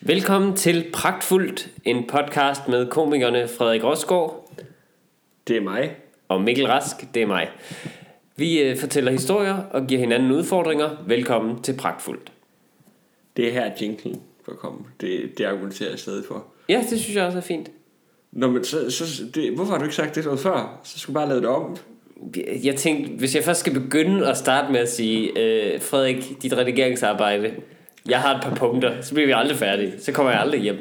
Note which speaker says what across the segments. Speaker 1: Velkommen til Pragtfuldt, en podcast med komikerne Frederik Rosgaard
Speaker 2: Det er mig.
Speaker 1: og Mikkel Rask, det er mig. Vi øh, fortæller historier og giver hinanden udfordringer. Velkommen til Pragtfuldt.
Speaker 2: Det er her jinglen for at komme. Det, det argumenterer jeg stadig for.
Speaker 1: Ja, det synes jeg også er fint.
Speaker 2: Nå, men så, så, det, hvorfor har du ikke sagt det noget før? Så skulle du bare lave det om.
Speaker 1: Jeg tænkte, hvis jeg først skal begynde at starte med at sige, øh, Frederik, dit redigeringsarbejde, jeg har et par punkter, så bliver vi aldrig færdige. Så kommer jeg aldrig hjem.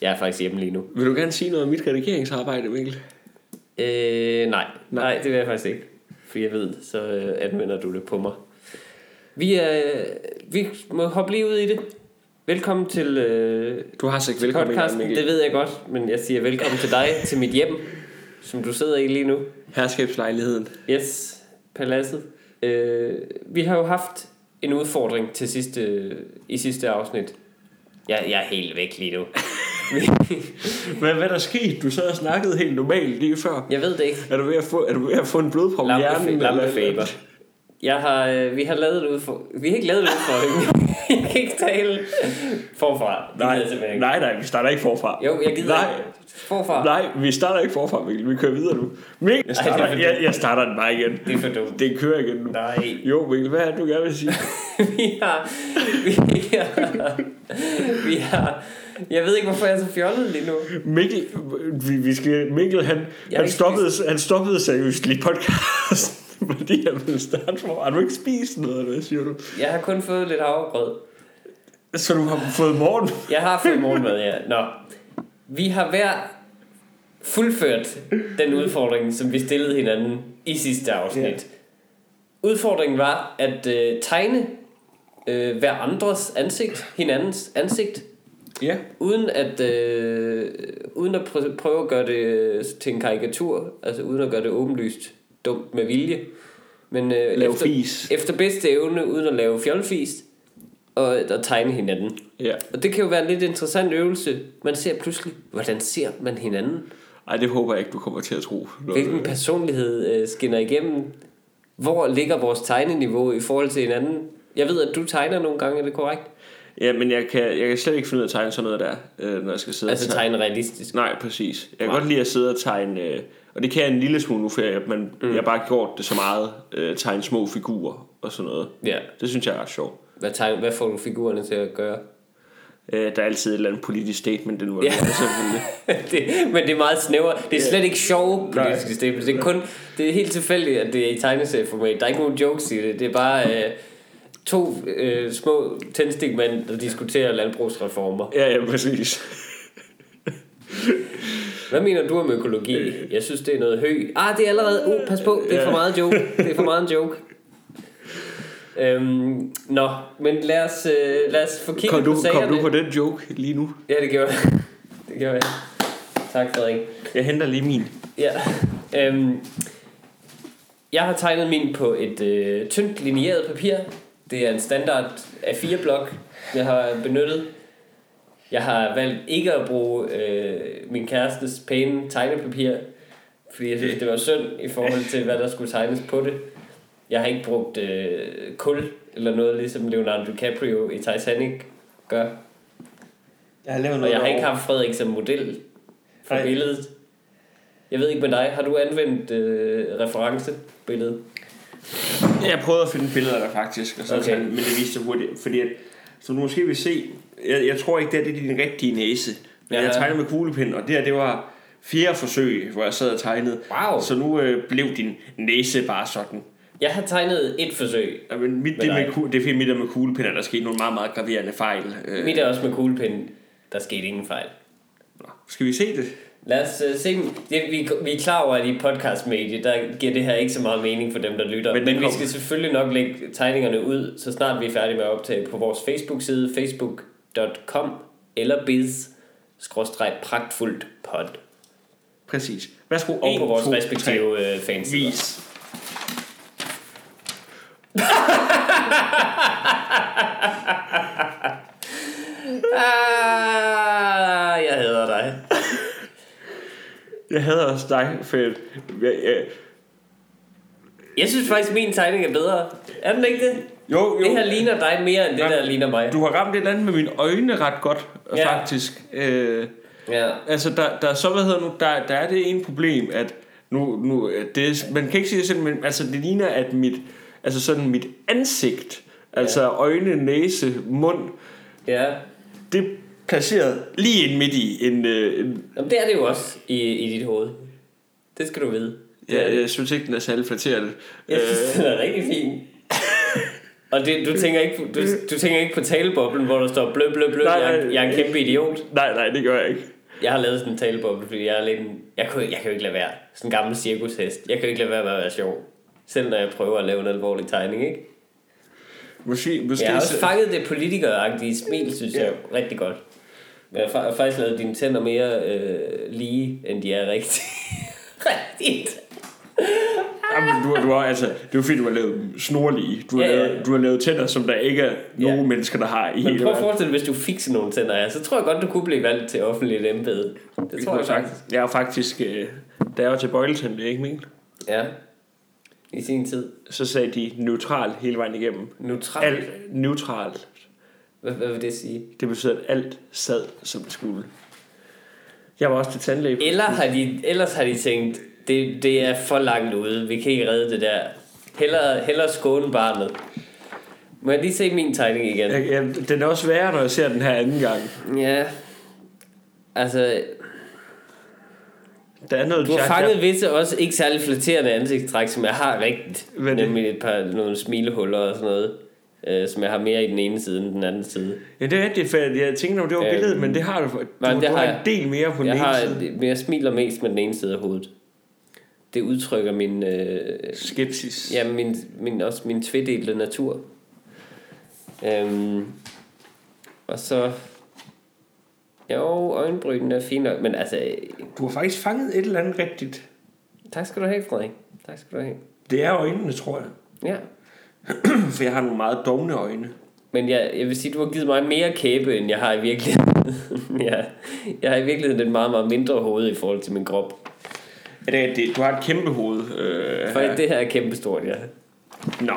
Speaker 1: Jeg er faktisk hjemme lige nu.
Speaker 2: Vil du gerne sige noget om mit redigeringsarbejde, Mikkel?
Speaker 1: Øh, nej. nej. det vil jeg faktisk ikke. For jeg ved, så øh, anvender du det på mig. Vi, er, vi må hoppe lige ud i det. Velkommen til øh,
Speaker 2: Du har sagt velkommen igen,
Speaker 1: podcasten. Det
Speaker 2: Mikkel.
Speaker 1: ved jeg godt, men jeg siger velkommen til dig, til mit hjem, som du sidder i lige nu.
Speaker 2: Herskabslejligheden.
Speaker 1: Yes, paladset. Øh, vi har jo haft en udfordring til sidste, i sidste afsnit. Jeg, jeg er helt væk lige nu.
Speaker 2: Hvad, hvad er der sket? Du sad og snakkede helt normalt lige før.
Speaker 1: Jeg ved det ikke.
Speaker 2: Er du ved at få, er du ved at få en blodprop i hjernen? eller-
Speaker 1: Lampefaber. Jeg har, øh, vi har lavet det ud for... Vi har ikke lavet det ud for... jeg kan ikke tale forfra. Det gider jeg simpelthen
Speaker 2: Nej,
Speaker 1: ikke.
Speaker 2: nej, nej, vi starter ikke forfra.
Speaker 1: Jo, jeg gider
Speaker 2: nej.
Speaker 1: ikke. Forfra.
Speaker 2: Nej, vi starter ikke forfra, Mikkel. Vi kører videre nu. Mikkel, jeg starter,
Speaker 1: Ej, det er for
Speaker 2: jeg, jeg starter den bare igen.
Speaker 1: Det er for dumt.
Speaker 2: Det kører igen nu.
Speaker 1: Nej.
Speaker 2: Jo, Mikkel, hvad er det, du gerne vil sige?
Speaker 1: vi har... Vi har... Vi har... Jeg ved ikke, hvorfor jeg er så fjollet lige nu.
Speaker 2: Mikkel, vi, vi skal, Mikkel han, han,
Speaker 1: ikke
Speaker 2: stoppede, han stoppede seriøst lige podcasten, fordi han ville starte for. Har du ikke spist noget, eller hvad siger du?
Speaker 1: Jeg har kun fået lidt havregrød.
Speaker 2: Så du har fået morgen?
Speaker 1: Jeg har fået morgenmad, ja. Nå. Vi har hver fuldført den udfordring, som vi stillede hinanden i sidste afsnit. Udfordringen var at øh, tegne øh, hver andres ansigt, hinandens ansigt,
Speaker 2: Ja.
Speaker 1: uden at, øh, uden at prø- prøve at gøre det øh, til en karikatur, altså uden at gøre det åbenlyst dumt med vilje. Men øh,
Speaker 2: Lave
Speaker 1: efter,
Speaker 2: fis.
Speaker 1: efter bedste evne, uden at lave fjolfis, og at tegne hinanden.
Speaker 2: Ja.
Speaker 1: Og det kan jo være en lidt interessant øvelse. Man ser pludselig, hvordan ser man hinanden?
Speaker 2: Ej, det håber jeg ikke, du kommer til at tro. Når,
Speaker 1: Hvilken personlighed øh, skinner igennem? Hvor ligger vores tegneniveau i forhold til hinanden? Jeg ved, at du tegner nogle gange, er det korrekt?
Speaker 2: Ja, men jeg kan, jeg kan slet ikke finde ud af at tegne sådan noget der, øh, når jeg skal sidde og
Speaker 1: Altså
Speaker 2: tegne.
Speaker 1: tegne realistisk.
Speaker 2: Nej, præcis. Jeg kan godt lide at sidde og tegne, øh, og det kan jeg en lille smule nu, for jeg, man, mm. jeg har bare gjort det så meget, øh, tegne små figurer og sådan noget.
Speaker 1: Ja.
Speaker 2: Det synes jeg er ret sjovt.
Speaker 1: Hvad, tegn, hvad får du figurerne til at gøre?
Speaker 2: Øh, der er altid et eller andet politisk statement, den var
Speaker 1: Ja.
Speaker 2: ja. selvfølgelig.
Speaker 1: det, men det er meget snævert. Det er slet ikke sjove
Speaker 2: Nej.
Speaker 1: politiske stemmer. Det er kun det er helt tilfældigt, at det er i tegneserieformat. Der er ikke nogen jokes i det. Det er bare øh, to øh, små tændstikmænd, der diskuterer landbrugsreformer.
Speaker 2: Ja, ja, præcis.
Speaker 1: Hvad mener du om økologi? Jeg synes, det er noget hø. Ah, det er allerede... Oh, pas på, det er for meget joke. Det er for meget en joke. Øhm, nå, men lad os, øh, lad os få kigget
Speaker 2: Kom du,
Speaker 1: på sagerne.
Speaker 2: kom du på den joke lige nu?
Speaker 1: Ja, det gjorde jeg. Det gjorde jeg. Tak, Frederik.
Speaker 2: Jeg henter lige min.
Speaker 1: Ja. Øhm, jeg har tegnet min på et øh, tyndt linjeret papir. Det er en standard A4-blok, jeg har benyttet. Jeg har valgt ikke at bruge øh, min kærestes pæne tegnepapir, fordi jeg synes, det var synd i forhold til, hvad der skulle tegnes på det. Jeg har ikke brugt øh, kul eller noget, ligesom Leonardo DiCaprio i Titanic gør.
Speaker 2: Jeg har lavet
Speaker 1: Og jeg har ikke haft Frederik som model for
Speaker 2: Nej.
Speaker 1: billedet. Jeg ved ikke med dig, har du anvendt øh, referencebilledet?
Speaker 2: Jeg prøvede at finde billeder af dig faktisk, og så
Speaker 1: Okay.
Speaker 2: okay. men det viste sig hurtigt. Fordi at, som du måske vil se, jeg, jeg tror ikke, det, her, det er din rigtige næse. Men
Speaker 1: Ja.
Speaker 2: jeg tegnede med kuglepind, og det her, det var fjerde forsøg, hvor jeg sad og tegnede.
Speaker 1: Wow.
Speaker 2: Så nu øh, blev din næse bare sådan.
Speaker 1: Jeg har tegnet et forsøg.
Speaker 2: Ja, men mit,
Speaker 1: Med
Speaker 2: det,
Speaker 1: dig.
Speaker 2: med, ku- det er fordi mit der med kuglepind, at der skete nogle meget, meget graverende fejl. Øh,
Speaker 1: Mit er også med kuglepind. Der skete ingen fejl.
Speaker 2: nå, skal vi se det?
Speaker 1: Lad os øh, se. Det, vi, vi er klar over, at i podcastmediet, der giver det her ikke så meget mening for dem, der lytter. Men,
Speaker 2: Men det
Speaker 1: Men vi
Speaker 2: kom-
Speaker 1: skal selvfølgelig nok lægge tegningerne ud, så snart vi er færdige med at optage på vores Facebook-side, facebook.com eller biz pragtfuldt pod.
Speaker 2: Præcis. Værsgo.
Speaker 1: Og
Speaker 2: En,
Speaker 1: på vores
Speaker 2: to,
Speaker 1: respektive øh, fans.
Speaker 2: tre. Vis.
Speaker 1: Ah, jeg hader dig.
Speaker 2: Jeg hader også dig, for jeg, jeg, jeg,
Speaker 1: Jeg synes faktisk, min tegning er bedre. Er den ikke det?
Speaker 2: Jo, jo.
Speaker 1: Det her ligner dig mere end det,
Speaker 2: Nej.
Speaker 1: der ligner mig.
Speaker 2: Du har ramt et eller andet med mine øjne ret godt,
Speaker 1: Ja.
Speaker 2: ja. faktisk. Øh,
Speaker 1: Ja.
Speaker 2: altså, der, der er så, hvad hedder nu, der, der er det ene problem, at nu, nu øh, det, er- man kan ikke sige det sådan, men altså, det ligner, at mit, altså sådan mit ansigt, altså øjne, næse, mund,
Speaker 1: ja.
Speaker 2: det er placeret lige ind midt i en, øh, en
Speaker 1: Jamen, det er det jo også i, i dit hoved. Det skal du vide.
Speaker 2: Ja, jeg synes ikke, den er særlig flatterende.
Speaker 1: Jeg synes, den er rigtig fin. Og det, du, tænker ikke, du, du tænker ikke på taleboblen, hvor der står blø, blø, blø,
Speaker 2: Nej,
Speaker 1: jeg, er-
Speaker 2: nej.
Speaker 1: jeg er en kæmpe idiot.
Speaker 2: Øh, Nej, nej, det gør jeg ikke.
Speaker 1: Jeg har lavet sådan en taleboble, fordi jeg er lidt en, jeg, kunne, jeg kan jo ikke lade være. Sådan en gammel cirkushest. Jeg kan jo ikke lade være med at være sjov. Selv når jeg prøver at lave en alvorlig tegning, ikke?
Speaker 2: Måske, måske
Speaker 1: Jeg har
Speaker 2: så-
Speaker 1: også fanget det politikeragtige smil, synes jeg, rigtig godt. Men jeg har fa- jeg har faktisk lavet dine tænder mere øh, lige, end de er rigtigt. rigtigt.
Speaker 2: Jamen, du, har- du har, altså, det er jo fordi, du har lavet snorlige. Du har,
Speaker 1: Ja,
Speaker 2: ja,
Speaker 1: ja.
Speaker 2: ja. Lavet, du har lavet tænder, som der ikke er nogen
Speaker 1: Ja.
Speaker 2: ja. mennesker, der har i
Speaker 1: Men
Speaker 2: hele
Speaker 1: prøv at
Speaker 2: verden.
Speaker 1: forestille dig, hvis du fik sådan nogle tænder her, så tror jeg godt, du kunne blive valgt til offentligt embede. Det tror jeg faktisk.
Speaker 2: Jeg er faktisk, øh, da jeg var til Bøjlesen, det er ikke ment,
Speaker 1: Ja. I sin tid.
Speaker 2: så sagde de neutral hele vejen igennem.
Speaker 1: Neutral.
Speaker 2: Alt neutralt.
Speaker 1: Hvad, hvad vil det sige?
Speaker 2: Det betyder, at alt sad, som det skulle. Jeg var også til tandlæge.
Speaker 1: Eller har de, ellers har de tænkt, det, det er for langt ude, vi kan ikke redde det der. Heller, heller skåne barnet. Må jeg lige se min tegning igen?
Speaker 2: Jeg, jeg, den er også værre, når jeg ser den her anden gang.
Speaker 1: Ja. Altså,
Speaker 2: Der er noget
Speaker 1: du har
Speaker 2: Jack-
Speaker 1: fanget visse også ikke særlig flatterende ansigtstræk, som jeg har rigtigt.
Speaker 2: Hvad er det?
Speaker 1: Nemlig et par nogle smilehuller og sådan noget. Øh, som jeg har mere i den ene side end den anden side.
Speaker 2: Ja, det er rigtigt, for jeg tænkte, om det var
Speaker 1: Øhm,
Speaker 2: billedet, men det har du, du,
Speaker 1: nej, det
Speaker 2: du
Speaker 1: har
Speaker 2: har, har
Speaker 1: jeg.
Speaker 2: en del mere på den
Speaker 1: Jeg,
Speaker 2: ene
Speaker 1: har,
Speaker 2: side.
Speaker 1: men jeg smiler mest med den ene side af hovedet. Det udtrykker min, øh,
Speaker 2: Skepsis.
Speaker 1: ja, min, min, også min tvedelte natur. Øhm, og så... Jo, øjenbrynen er fin nok, men altså... øh,
Speaker 2: Du har faktisk fanget et eller andet rigtigt.
Speaker 1: Tak skal du have, Frederik. Tak skal du have.
Speaker 2: Det er øjnene, tror jeg.
Speaker 1: Ja,
Speaker 2: For jeg har nogle meget dogne øjne.
Speaker 1: Men jeg, jeg vil sige, du har givet mig mere kæbe, end jeg har i virkeligheden. ja, jeg har i virkeligheden et meget, meget mindre hoved i forhold til min krop.
Speaker 2: Er det, det, du har et kæmpe hoved. Øh,
Speaker 1: For
Speaker 2: her.
Speaker 1: det her er kæmpestort, ja.
Speaker 2: Nå.
Speaker 1: Vi
Speaker 2: Dem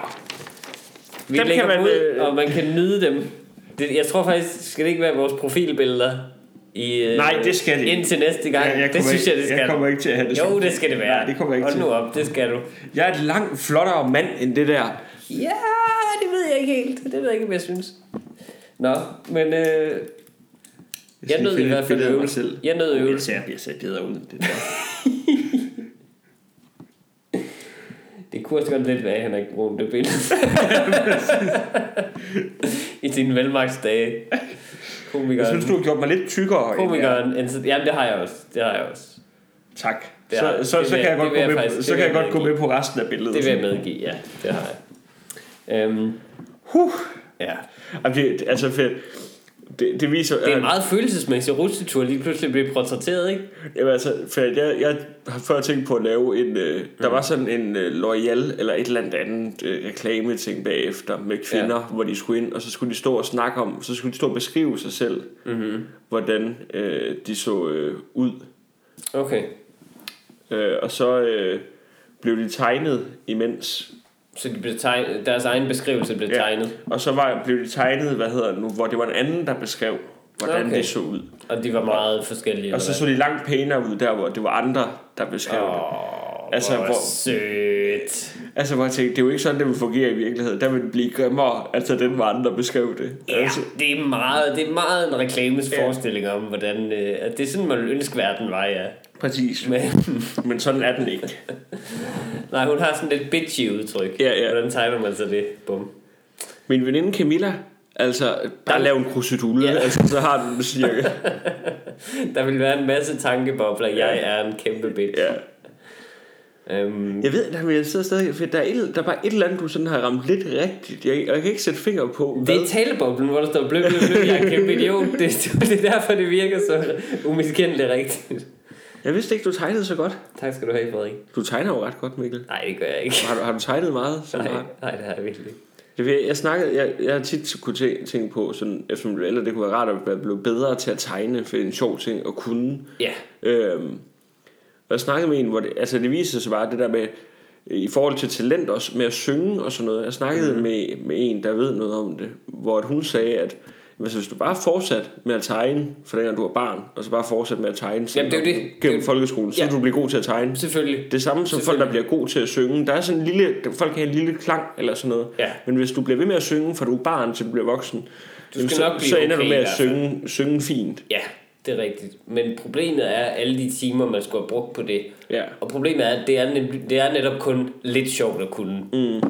Speaker 1: dem
Speaker 2: kan
Speaker 1: lægger
Speaker 2: man,
Speaker 1: dem ud,
Speaker 2: øh,
Speaker 1: og man kan nyde dem. Det, jeg tror faktisk, skal det ikke være vores profilbilleder? I, øh,
Speaker 2: Nej, det skal det ikke.
Speaker 1: Indtil næste gang.
Speaker 2: Jeg- jeg
Speaker 1: det
Speaker 2: kommer
Speaker 1: synes jeg,
Speaker 2: ikke-
Speaker 1: det skal.
Speaker 2: jeg kommer ikke til at have det
Speaker 1: Jo,
Speaker 2: som-
Speaker 1: det skal det være.
Speaker 2: Nej, det kommer jeg ikke
Speaker 1: Hold
Speaker 2: til.
Speaker 1: nu op, det skal du.
Speaker 2: Jeg er et langt, flottere mand end det der.
Speaker 1: Ja, det ved jeg ikke helt. Det ved jeg ikke, hvad jeg synes. Nå, men øh, jeg nød i hvert fald øvelsen. Jeg nød øvelsen.
Speaker 2: Jeg bliver sat bedre ud end det der.
Speaker 1: Det kunne også godt lidt være, at Henrik Brun det billede. I sine velmagtsdage.
Speaker 2: Jeg
Speaker 1: Komikeren.
Speaker 2: synes, du har gjort mig lidt tykkere. end jeg er.
Speaker 1: Komikeren. en- Jamen, det har jeg også. Det har jeg også.
Speaker 2: Tak.
Speaker 1: Det er-
Speaker 2: Så,
Speaker 1: det
Speaker 2: så,
Speaker 1: vil
Speaker 2: så kan
Speaker 1: jeg-
Speaker 2: jeg godt
Speaker 1: det
Speaker 2: gå
Speaker 1: vil jeg
Speaker 2: med,
Speaker 1: faktisk- det
Speaker 2: så
Speaker 1: vil
Speaker 2: kan jeg
Speaker 1: jeg
Speaker 2: godt gå med på resten af billedet.
Speaker 1: Det vil jeg medgive, ja. Det har jeg. Øhm,
Speaker 2: Huh.
Speaker 1: ja.
Speaker 2: Jamen, det, altså, fedt. Det, det viser... øh,
Speaker 1: Det er en meget følelsesmæssig rutsjetur, lige pludselig bliver portrætteret, ikke?
Speaker 2: Jamen altså, for jeg, jeg har før tænkt på at lave en... Øh, Der var sådan en øh, L'Oreal eller et eller andet andet øh, reklame-ting bagefter med kvinder, ja. hvor de skulle ind, og så skulle de stå og snakke om... Så skulle de stå og beskrive sig selv, mm-hmm. hvordan øh, de så øh, ud.
Speaker 1: Okay.
Speaker 2: Øh, og så øh, blev de tegnet imens.
Speaker 1: Så de blev tegnet, deres egen beskrivelse blev
Speaker 2: Ja.
Speaker 1: tegnet,
Speaker 2: Og så var, blev de tegnet, hvad hedder det nu, hvor det var en anden, der beskrev, hvordan
Speaker 1: Okay.
Speaker 2: okay. det så ud.
Speaker 1: og de var meget forskellige.
Speaker 2: Og
Speaker 1: eller
Speaker 2: så
Speaker 1: hvad?
Speaker 2: så de langt pænere ud der, hvor det var andre, der beskrev oh. det.
Speaker 1: Åh,
Speaker 2: altså,
Speaker 1: hvor
Speaker 2: hvor-
Speaker 1: sødt.
Speaker 2: Altså, hvor jeg tænkte, det er jo ikke sådan, det vil fungere i virkeligheden. Der vil det blive grimmere, altså den var andre beskrev det.
Speaker 1: Ja,
Speaker 2: Altså,
Speaker 1: det er meget, det er meget en reklames forestilling om, hvordan... Øh, at det er sådan, man ville ønske verden var, ja.
Speaker 2: præcis.
Speaker 1: Men,
Speaker 2: Men sådan er den ikke.
Speaker 1: nej, hun har sådan lidt bitchy udtryk.
Speaker 2: Ja, ja.
Speaker 1: Hvordan tegner man så det? Bum.
Speaker 2: Min veninde Camilla, altså, bare lav en krusidule,
Speaker 1: Ja.
Speaker 2: ja. altså, så har du det cirka.
Speaker 1: Der vil være en masse tankebobler. Jeg er en kæmpe bitch.
Speaker 2: Ja.
Speaker 1: Øhm,
Speaker 2: Jeg ved, der, men jeg sidder stadig, for der er, et, der er bare et eller andet, du sådan har ramt lidt rigtigt. Jeg, jeg kan ikke sætte fingre på, hvad.
Speaker 1: det er taleboblen, hvor der står blø, blø, blø, jeg er en kæmpe idiot. Det, det er derfor, det virker så umiskendeligt rigtigt.
Speaker 2: Jeg vidste ikke, du tegnede så godt.
Speaker 1: Tak skal du have, Frederik.
Speaker 2: Du tegner jo ret godt, Mikkel.
Speaker 1: Nej, det gør jeg ikke.
Speaker 2: Har du, har du tegnet meget? Sådan
Speaker 1: Nej,
Speaker 2: har-
Speaker 1: nej det har jeg virkelig ikke.
Speaker 2: Det ved Jeg, jeg, snakkede, jeg, jeg har tit kunne tæ- tænke på, sådan, eftersom det, eller det kunne være rart at være blevet bedre til at tegne, for det er en sjov ting at kunne.
Speaker 1: Ja,
Speaker 2: Øhm, og jeg snakkede med en, hvor det, altså det viser sig bare det der med, i forhold til talent også med at synge og sådan noget. Jeg snakkede mm. med, med en, der ved noget om det, hvor at hun sagde, at altså, hvis, hvis du bare fortsat med at tegne, for dengang du var barn, og så bare fortsat med at tegne
Speaker 1: Jamen, det er jo det. Det er
Speaker 2: gennem
Speaker 1: jo-
Speaker 2: folkeskolen, så
Speaker 1: Ja.
Speaker 2: ja. du bliver god til at tegne.
Speaker 1: Selvfølgelig.
Speaker 2: Det samme som folk, der bliver gode til at synge. Der er sådan en lille, folk kan have en lille klang eller sådan noget.
Speaker 1: Ja.
Speaker 2: Men hvis du bliver ved med at synge, fra du er barn til du bliver voksen,
Speaker 1: Du
Speaker 2: jamen,
Speaker 1: skal
Speaker 2: så,
Speaker 1: nok blive
Speaker 2: så ender
Speaker 1: okay
Speaker 2: du med
Speaker 1: i
Speaker 2: at
Speaker 1: hvert fald.
Speaker 2: synge, synge fint.
Speaker 1: Ja, det er rigtigt. Men problemet er alle de timer, man skulle have brugt på det.
Speaker 2: Ja.
Speaker 1: Og problemet er, at det er, nem- det er netop kun lidt sjovt at kunne. Mm.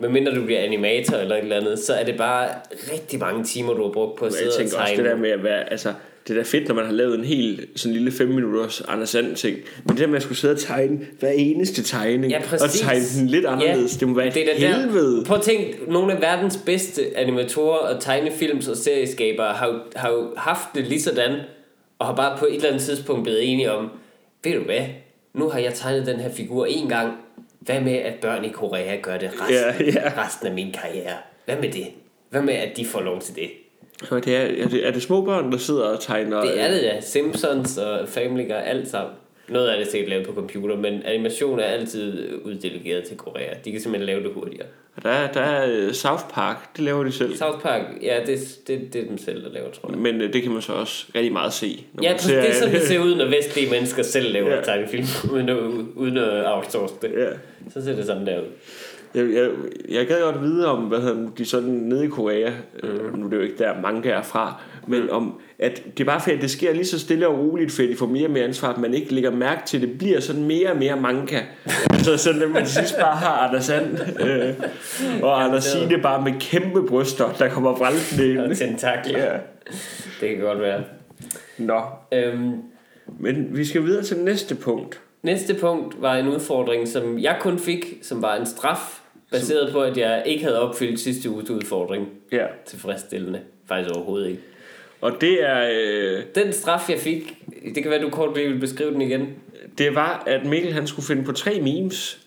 Speaker 1: Men mindre du bliver animator eller et eller andet, så er det bare rigtig mange timer, du har brugt på at
Speaker 2: Jeg
Speaker 1: sidde og
Speaker 2: tænker
Speaker 1: tegne.
Speaker 2: også det der med at være, altså, det er da fedt, når man har lavet en hel sådan lille 5 minutters Anders Sand ting. Men det der med at skulle sidde og tegne hver eneste tegning,
Speaker 1: Ja,
Speaker 2: og
Speaker 1: præcis.
Speaker 2: tegne den lidt anderledes, det må være
Speaker 1: det
Speaker 2: det
Speaker 1: er
Speaker 2: et
Speaker 1: da der-
Speaker 2: helvede. Der.
Speaker 1: Prøv at tænke, nogle af verdens bedste animatorer og tegnefilms og serieskabere har, jo- har jo haft det lige sådan, og har bare på et eller andet tidspunkt blevet enige om, ved du hvad, nu har jeg tegnet den her figur en gang, hvad med at børn i Korea gør det resten,
Speaker 2: Ja, ja.
Speaker 1: resten af min karriere? Hvad med det? Hvad med at de får lov til det?
Speaker 2: Og det er, er, det, er det små børn, der sidder og tegner?
Speaker 1: Det er det da. Simpsons og Family Guy, alt sammen. Noget af det er sikkert lavet på computer, men animation er altid uddelegeret til Korea. De kan simpelthen lave det hurtigere.
Speaker 2: øh, Der, er, der er øh, South Park, det laver de selv.
Speaker 1: South Park, ja, det, det, det er dem selv, der laver, tror jeg.
Speaker 2: Men øh, det kan man så også rigtig meget se. Når
Speaker 1: Ja,
Speaker 2: man
Speaker 1: det, det er sådan,
Speaker 2: alt.
Speaker 1: det ser ud, når vestlige mennesker selv laver
Speaker 2: Ja.
Speaker 1: yeah. tegnefilm, uden at, uden at outsource det.
Speaker 2: Ja.
Speaker 1: Så ser det sådan der ud.
Speaker 2: Jeg, jeg, jeg gad godt vide om, hvad hedder den, de sådan nede i Korea,
Speaker 1: Mhm.
Speaker 2: øh, nu er det jo ikke der manga er fra, men om, at det er bare fordi, at det sker lige så stille og roligt, fordi de får mere og mere ansvar, at man ikke lægger mærke til, at det bliver sådan mere og mere manga. så sådan, at man til sidst bare har Anders And, øh, og Anders
Speaker 1: det er-
Speaker 2: Signe bare med kæmpe bryster, der kommer vraltende
Speaker 1: Og
Speaker 2: ind.
Speaker 1: tentakler.
Speaker 2: Ja.
Speaker 1: Det kan godt være.
Speaker 2: Nå,
Speaker 1: Øhm,
Speaker 2: men vi skal videre til næste punkt.
Speaker 1: næste punkt var en udfordring, som jeg kun fik, som var en straf, baseret på, at jeg ikke havde opfyldt sidste uges udfordring.
Speaker 2: Ja.
Speaker 1: tilfredsstillende. Faktisk overhovedet ikke.
Speaker 2: Og det er... Øh,
Speaker 1: Den straf, jeg fik, det kan være, du kort lige vil beskrive den igen.
Speaker 2: Det var, at Mikkel han skulle finde på tre memes,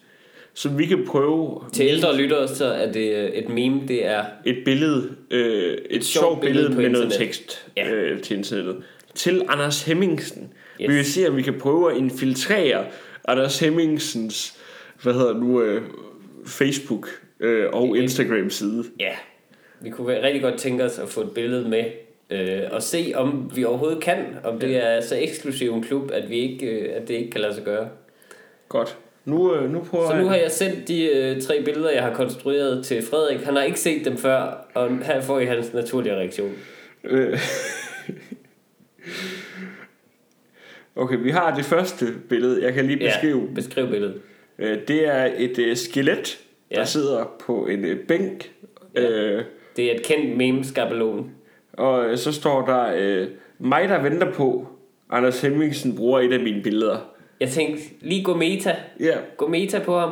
Speaker 2: som vi kan prøve
Speaker 1: Til ældre lyttere, så er det øh, et meme, det er...
Speaker 2: et billede, øh, et,
Speaker 1: sjovt
Speaker 2: et sjovt
Speaker 1: billede
Speaker 2: billede
Speaker 1: på
Speaker 2: med noget
Speaker 1: internet.
Speaker 2: tekst
Speaker 1: Ja.
Speaker 2: øh, til internettet. Til Anders Hemmingsen.
Speaker 1: Yes.
Speaker 2: Yes. Vi vil se, om vi kan prøve at infiltrere Anders Hemmingsens, hvad hedder det nu, øh, Facebook øh, og Instagram side.
Speaker 1: Ja, vi kunne være- rigtig godt tænke os at få et billede med, øh, og se, om vi overhovedet kan, om det er så eksklusiv en klub, at, vi ikke, øh, at det ikke kan lade sig gøre.
Speaker 2: Godt. Nu, øh, nu prøver
Speaker 1: Så nu
Speaker 2: jeg...
Speaker 1: har jeg sendt de øh, tre billeder, jeg har konstrueret til Frederik. Han har ikke set dem før, og her får I hans naturlige reaktion.
Speaker 2: Øh, okay, vi har det første billede. Jeg kan lige beskrive.
Speaker 1: Ja, beskriv billedet.
Speaker 2: Øh, Det er et øh, skelet, ja.
Speaker 1: Ja.
Speaker 2: der sidder på en øh, bænk. Ja. Øh,
Speaker 1: Det er et kendt meme-skabelon.
Speaker 2: og øh, så står der, øh, mig der venter på, Anders Hemmingsen bruger et af mine billeder.
Speaker 1: Jeg tænkte, lige gå meta.
Speaker 2: Ja,
Speaker 1: Gå meta på ham.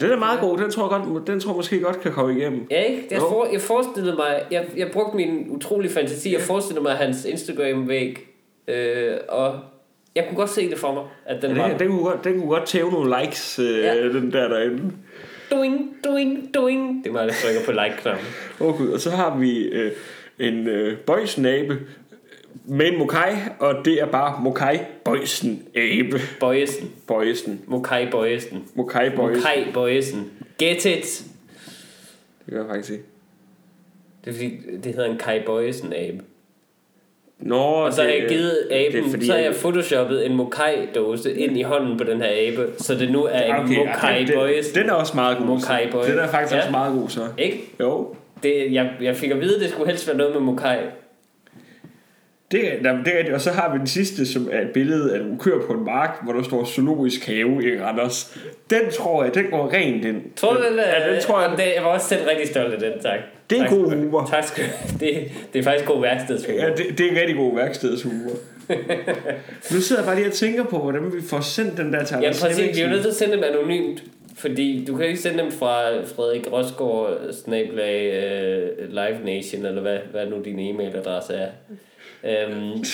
Speaker 2: den er meget god. Den tror jeg, godt, den tror jeg måske godt kan komme igennem.
Speaker 1: Ja, ikke? Jeg,
Speaker 2: Jo.
Speaker 1: for, jeg forestillede mig, jeg, jeg brugte min utrolige fantasi, jeg forestillede mig hans Instagram-væg, øh, og jeg kunne godt se det for mig, at den var
Speaker 2: Den, den, kunne godt, den kunne godt tæve nogle likes, øh,
Speaker 1: Ja.
Speaker 2: ja. den der derinde.
Speaker 1: doing, doing, doing. Det er mig, der trykker på like-knappen.
Speaker 2: Okay, og så har vi øh, en øh, bøjsnabe med en mokai, og det er bare mokai bøjsen abe.
Speaker 1: Bøjesen.
Speaker 2: Bøjsen.
Speaker 1: Mokai Bøjesen.
Speaker 2: Mokai bøjsen.
Speaker 1: Mokai Bøjesen. Get it!
Speaker 2: Det gør jeg faktisk ikke.
Speaker 1: Det er fordi, det hedder en Kai Bøjesen-abe.
Speaker 2: Nå,
Speaker 1: Og så har
Speaker 2: det- øh,
Speaker 1: jeg givet aben,
Speaker 2: det er fordi,
Speaker 1: så har jeg photoshoppet en Mokai-dåse ind i hånden på den her abe, så det nu er en
Speaker 2: Okay,
Speaker 1: Mokai
Speaker 2: den-
Speaker 1: Bøjesen.
Speaker 2: Den er også meget god. så.
Speaker 1: Mokai Boys.
Speaker 2: Den er faktisk
Speaker 1: Ja.
Speaker 2: også meget god, så.
Speaker 1: Ikke?
Speaker 2: Jo.
Speaker 1: Det, jeg, jeg fik at vide, det skulle helst være noget med Mokai.
Speaker 2: Det, er- jamen, det er rigtigt. Og så har vi den sidste, som er et billede af nogle køer på en mark, hvor der står zoologisk have i Randers. Den tror jeg, den går rent ind.
Speaker 1: Tror du, den, øh,
Speaker 2: Ja, den tror jeg.
Speaker 1: Det, jeg var også selv rigtig stolt af den, tak.
Speaker 2: Det er
Speaker 1: tak,
Speaker 2: god
Speaker 1: skal du-
Speaker 2: humor.
Speaker 1: Tak skal du- det, det er faktisk god værkstedshumor.
Speaker 2: Ja, det, det er en rigtig god værkstedshumor. nu sidder jeg bare lige og tænker på, hvordan vi får sendt den der til
Speaker 1: Ja,
Speaker 2: Anders
Speaker 1: præcis. Vi er jo
Speaker 2: Hemmingsen.
Speaker 1: nødt til at sende dem anonymt. Fordi du kan ikke sende dem fra Frederik Rosgaard, snablag, øh, Live Nation, eller hvad, hvad nu din e-mailadresse er. Øhm,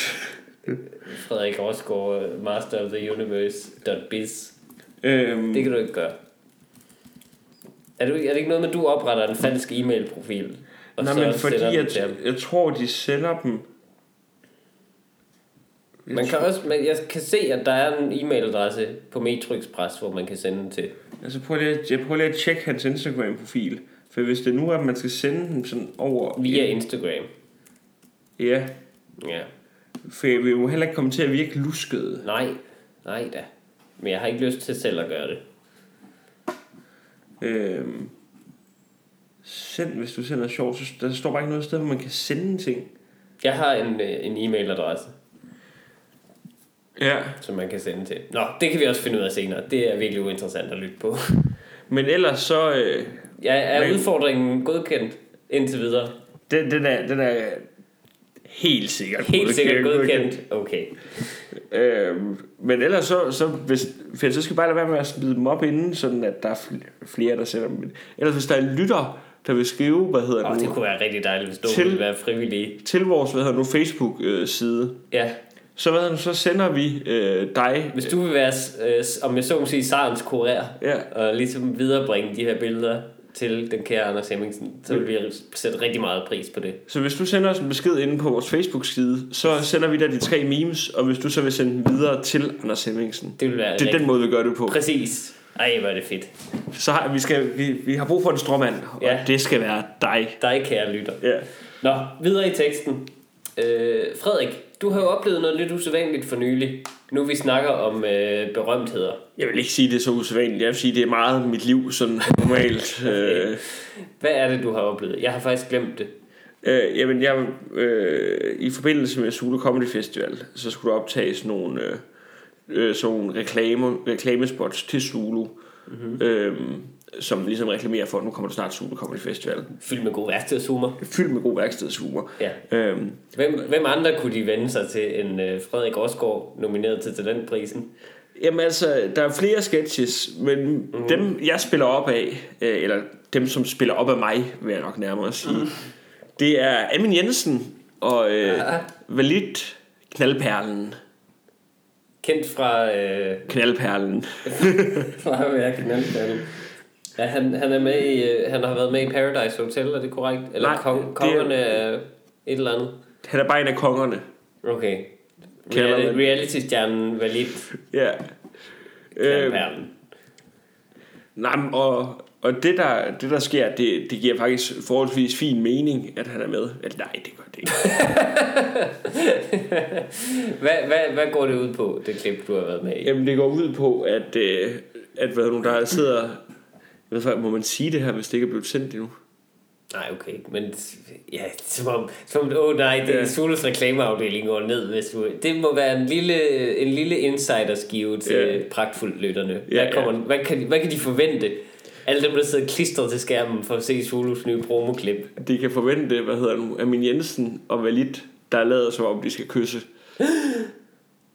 Speaker 1: Frederik Rosgaard, øh, master of the universe.biz.
Speaker 2: Øhm,
Speaker 1: Det kan du ikke gøre. Er, du, er det ikke noget med, at du opretter en falsk e-mail-profil? Og
Speaker 2: Nej, men fordi
Speaker 1: sender den
Speaker 2: jeg,
Speaker 1: til ham?
Speaker 2: jeg tror, de sender dem...
Speaker 1: Man kan også, man, jeg kan se, at der er en e-mailadresse på Metro Express, hvor man kan sende den til.
Speaker 2: Altså prøv lige, at- jeg prøver lige at tjekke hans Instagram-profil. For hvis det nu er, at man skal sende den sådan over...
Speaker 1: Via Instagram.
Speaker 2: Ja,
Speaker 1: Ja.
Speaker 2: for jeg vil jo heller ikke komme til at virke lusket.
Speaker 1: Nej, nej da. Men jeg har ikke lyst til selv at gøre det.
Speaker 2: Øhm, send, hvis du sender sjovt, så der står bare ikke noget sted, hvor man kan sende ting.
Speaker 1: Jeg har en, øh, en e-mailadresse,
Speaker 2: Ja.
Speaker 1: som man kan sende til. Nå, det kan vi også finde ud af senere. Det er virkelig uinteressant at lytte på.
Speaker 2: Men ellers så... Øh,
Speaker 1: Jeg er
Speaker 2: Men-
Speaker 1: udfordringen godkendt indtil videre.
Speaker 2: den, den, er, den er helt sikkert
Speaker 1: Helt sikkert godkendt. Okay.
Speaker 2: Øhm, men ellers så, så, hvis, for så skal jeg bare lade være med at smide dem op inden, sådan at der er fl- flere, der sender dem. ind. Ellers hvis der er en lytter, der vil skrive, hvad hedder
Speaker 1: Og
Speaker 2: det
Speaker 1: det
Speaker 2: nu,
Speaker 1: kunne være rigtig dejligt, hvis du
Speaker 2: Til-
Speaker 1: ville være frivillig.
Speaker 2: til vores, hvad hedder nu, Facebook-side,
Speaker 1: Ja,
Speaker 2: så, hvad hedder nu, så sender vi øh, dig.
Speaker 1: hvis du vil være, øh, om jeg så må sige, sarens kurér,
Speaker 2: Ja,
Speaker 1: og ligesom viderebringe de her billeder til den kære Anders Hemmingsen, så vil vi sætte rigtig meget pris på det.
Speaker 2: så hvis du sender os en besked inde på vores Facebook-side, så sender vi dig de tre memes, og hvis du så vil sende dem videre til Anders Hemmingsen.
Speaker 1: Det vil være
Speaker 2: Det er
Speaker 1: rigtig...
Speaker 2: den måde, vi gør det på.
Speaker 1: Præcis. Ej, hvor er det fedt.
Speaker 2: Så har, vi, skal, vi, vi har brug for en stråmand, og
Speaker 1: Ja.
Speaker 2: det skal være dig.
Speaker 1: Dig, kære lytter.
Speaker 2: Ja.
Speaker 1: Nå, videre i teksten. Øh, Frederik, du har jo oplevet noget lidt usædvanligt for nylig, nu vi snakker om øh, berømtheder.
Speaker 2: Jeg vil ikke sige, det er så usædvanligt. Jeg vil sige, det er meget mit liv sådan normalt. øh,
Speaker 1: Hvad er det, du har oplevet? Jeg har faktisk glemt det.
Speaker 2: øh, jamen, jeg, øh, i forbindelse med Zulu Comedy Festival, så skulle der optages nogle, øh, øh, sådan nogle reklamer, reklamespots til Zulu, mm-hmm. øh, som ligesom reklamerer for, at nu kommer der snart Zulu Comedy Festival.
Speaker 1: Fyldt med god værktøjshumor.
Speaker 2: Fyldt med god værkstedshumor.
Speaker 1: Ja.
Speaker 2: Øh,
Speaker 1: Hvem, hvem andre kunne de vende sig til end øh, Frederik Rosgaard, nomineret til talentprisen?
Speaker 2: Jamen altså, der er flere sketches, men mm.
Speaker 1: Mhm.
Speaker 2: dem jeg spiller op af, øh, eller dem som spiller op af mig, vil jeg nok nærmere sige,
Speaker 1: Mhm.
Speaker 2: mm. det er Amin Jensen og øh,
Speaker 1: Ja.
Speaker 2: ja. Valit Knaldperlen.
Speaker 1: Kendt fra... Øh,
Speaker 2: Knaldperlen.
Speaker 1: fra at være knaldperlen. Ja, han, han, er med i, øh, han har været med i Paradise Hotel, er det korrekt? Eller
Speaker 2: Nej,
Speaker 1: Nej, kong,
Speaker 2: det er-
Speaker 1: kongerne af et eller andet?
Speaker 2: Han er bare en af kongerne.
Speaker 1: Okay.
Speaker 2: Kalder
Speaker 1: Reali-
Speaker 2: man-
Speaker 1: Reality-stjernen Valit
Speaker 2: Ja. Øhm, Øh,
Speaker 1: knaldperlen.
Speaker 2: nej, men og, og det der, det der sker, det, det giver faktisk forholdsvis fin mening, at han er med. Eller nej, det gør det ikke.
Speaker 1: hvad, hvad, hvad går det ud på, det klip, du har været med i?
Speaker 2: Jamen det går ud på, at, øh, at hvad nu, der sidder... Jeg ved faktisk, må man sige det her, hvis det ikke er blevet sendt endnu?
Speaker 1: Nej, okay, men ja, som om, som, om- åh oh, nej, det
Speaker 2: Ja.
Speaker 1: er Solos reklameafdeling går ned, hvis du, det må være en lille, en lille insiderskive til
Speaker 2: Ja.
Speaker 1: ja. pragtfuldt lytterne.
Speaker 2: Ja,
Speaker 1: Ja, hvad, kommer, ja. hvad, kan, de- hvad kan de forvente? Alle dem, der sidder klistret til skærmen for at se Solos nye promoklip.
Speaker 2: De kan forvente, hvad hedder det nu, Amin Jensen og Valit, der er lavet som om, de skal kysse.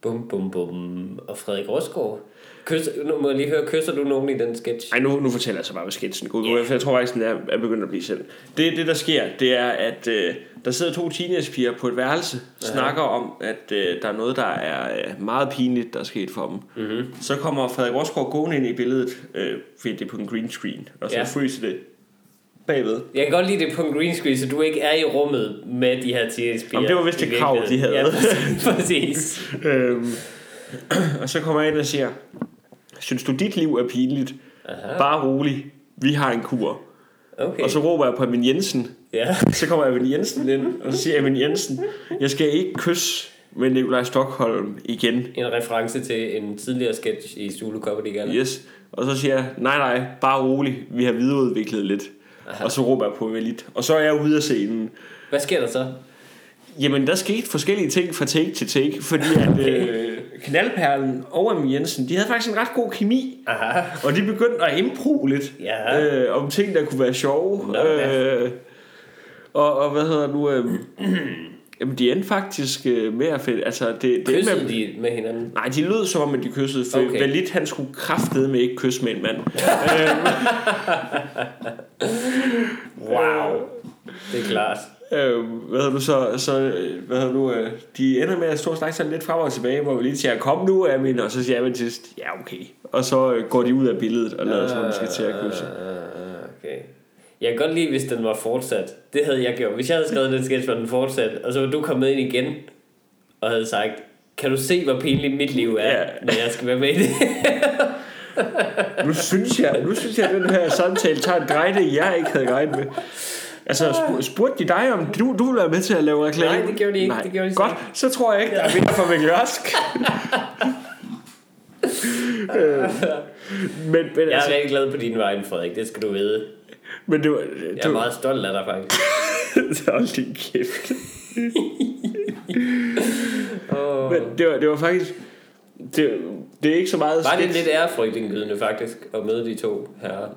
Speaker 1: Bum, bum, bum. Og Frederik Rosgaard. Kys, nu må jeg lige høre, kysser du nogen i den sketch?
Speaker 2: Ej, nu, nu fortæller jeg så bare, hvad sketsen går ud på. Jeg tror faktisk, den er, er begyndt at blive sendt. Det, det der sker, det er, at øh, der sidder to teenagepiger på et værelse, ja. snakker om, at øh, der er noget, der er øh, meget pinligt, der er sket for dem. Mm-hmm. Så kommer Frederik Rosgaard gående ind i billedet, øh, fordi det er på en green screen, og så
Speaker 1: Ja.
Speaker 2: ja. fryser det bagved.
Speaker 1: Jeg kan godt lide det på en green screen, så du ikke er i rummet med de her teenagepiger.
Speaker 2: Jamen, det var vist
Speaker 1: i
Speaker 2: det krav, de
Speaker 1: virkeligheden.
Speaker 2: havde.
Speaker 1: Ja, præcis.
Speaker 2: Øhm, og så kommer jeg ind og siger, synes du dit liv er pinligt? Aha. Bare rolig, vi har en kur. Okay.
Speaker 1: Okay.
Speaker 2: Og så råber jeg på Amin Jensen.
Speaker 1: ja.
Speaker 2: Så kommer Amin Jensen ind, og så siger Amin Jensen, jeg skal ikke kysse med Nikolaj Stockholm igen.
Speaker 1: En reference til en tidligere sketch i Zulu Comedy Gala. Yeah.
Speaker 2: Yes. Og så siger jeg, nej nej, bare rolig, vi har videreudviklet lidt. Aha. Og så råber jeg på Valit. Og så er jeg ude af scenen.
Speaker 1: Hvad sker der så?
Speaker 2: Jamen, der skete forskellige ting fra take til take, fordi at okay. øh, Knaldperlen og Amin Jensen, de havde faktisk en ret god kemi.
Speaker 1: Aha.
Speaker 2: Og de begyndte at improve lidt
Speaker 1: Ja.
Speaker 2: øh, om ting, der kunne være sjove.
Speaker 1: Nå, ja.
Speaker 2: øh, og, og hvad hedder nu? Øh, jamen, de endte faktisk øh, med at finde... Altså, det, det endte med,
Speaker 1: Kyssede de med hinanden?
Speaker 2: Nej, de lød som om, at de kyssede, for okay.
Speaker 1: Okay.
Speaker 2: Valit, han skulle kraftede med ikke kysse med en mand.
Speaker 1: Wow. Det er klart.
Speaker 2: Øh, hvad hedder du så, så øh, hvad hedder du, øh, de ender med at stå og snakke sådan lidt frem og tilbage, hvor Valit siger, kom nu, Amin, og så siger Amin til sidst, ja, okay. Og så øh, går de ud af billedet og lader, som om de skal til at kysse.
Speaker 1: Ah, Okay. Jeg kan godt lide, hvis den var fortsat. Det havde jeg gjort. Hvis jeg havde skrevet den sketch, var den fortsat, og så var du kommet ind igen og havde sagt, Kan du se, hvor pinligt mit liv er,
Speaker 2: Ja.
Speaker 1: når jeg skal være med i det?
Speaker 2: Nu synes jeg, nu synes jeg at den her samtale tager en drejning, jeg ikke havde regnet med. Altså, sp- spurgte de dig, om du, du ville være med til at lave reklame?
Speaker 1: Nej, det gjorde de ikke, det gjorde de
Speaker 2: Godt, så tror jeg ikke, der er mere for Mikkel Rask. Øh, men, men,
Speaker 1: Jeg
Speaker 2: altså,
Speaker 1: er rigtig glad på din vej, Frederik. Det skal du vide.
Speaker 2: men det var...
Speaker 1: Jeg
Speaker 2: Du,
Speaker 1: er meget stolt af dig, faktisk.
Speaker 2: Hold din kæft.
Speaker 1: Oh.
Speaker 2: Men det var, det var faktisk... Det, det er ikke så meget...
Speaker 1: Var det
Speaker 2: skidt.
Speaker 1: lidt ærefrygtindgydende, faktisk, at møde de to her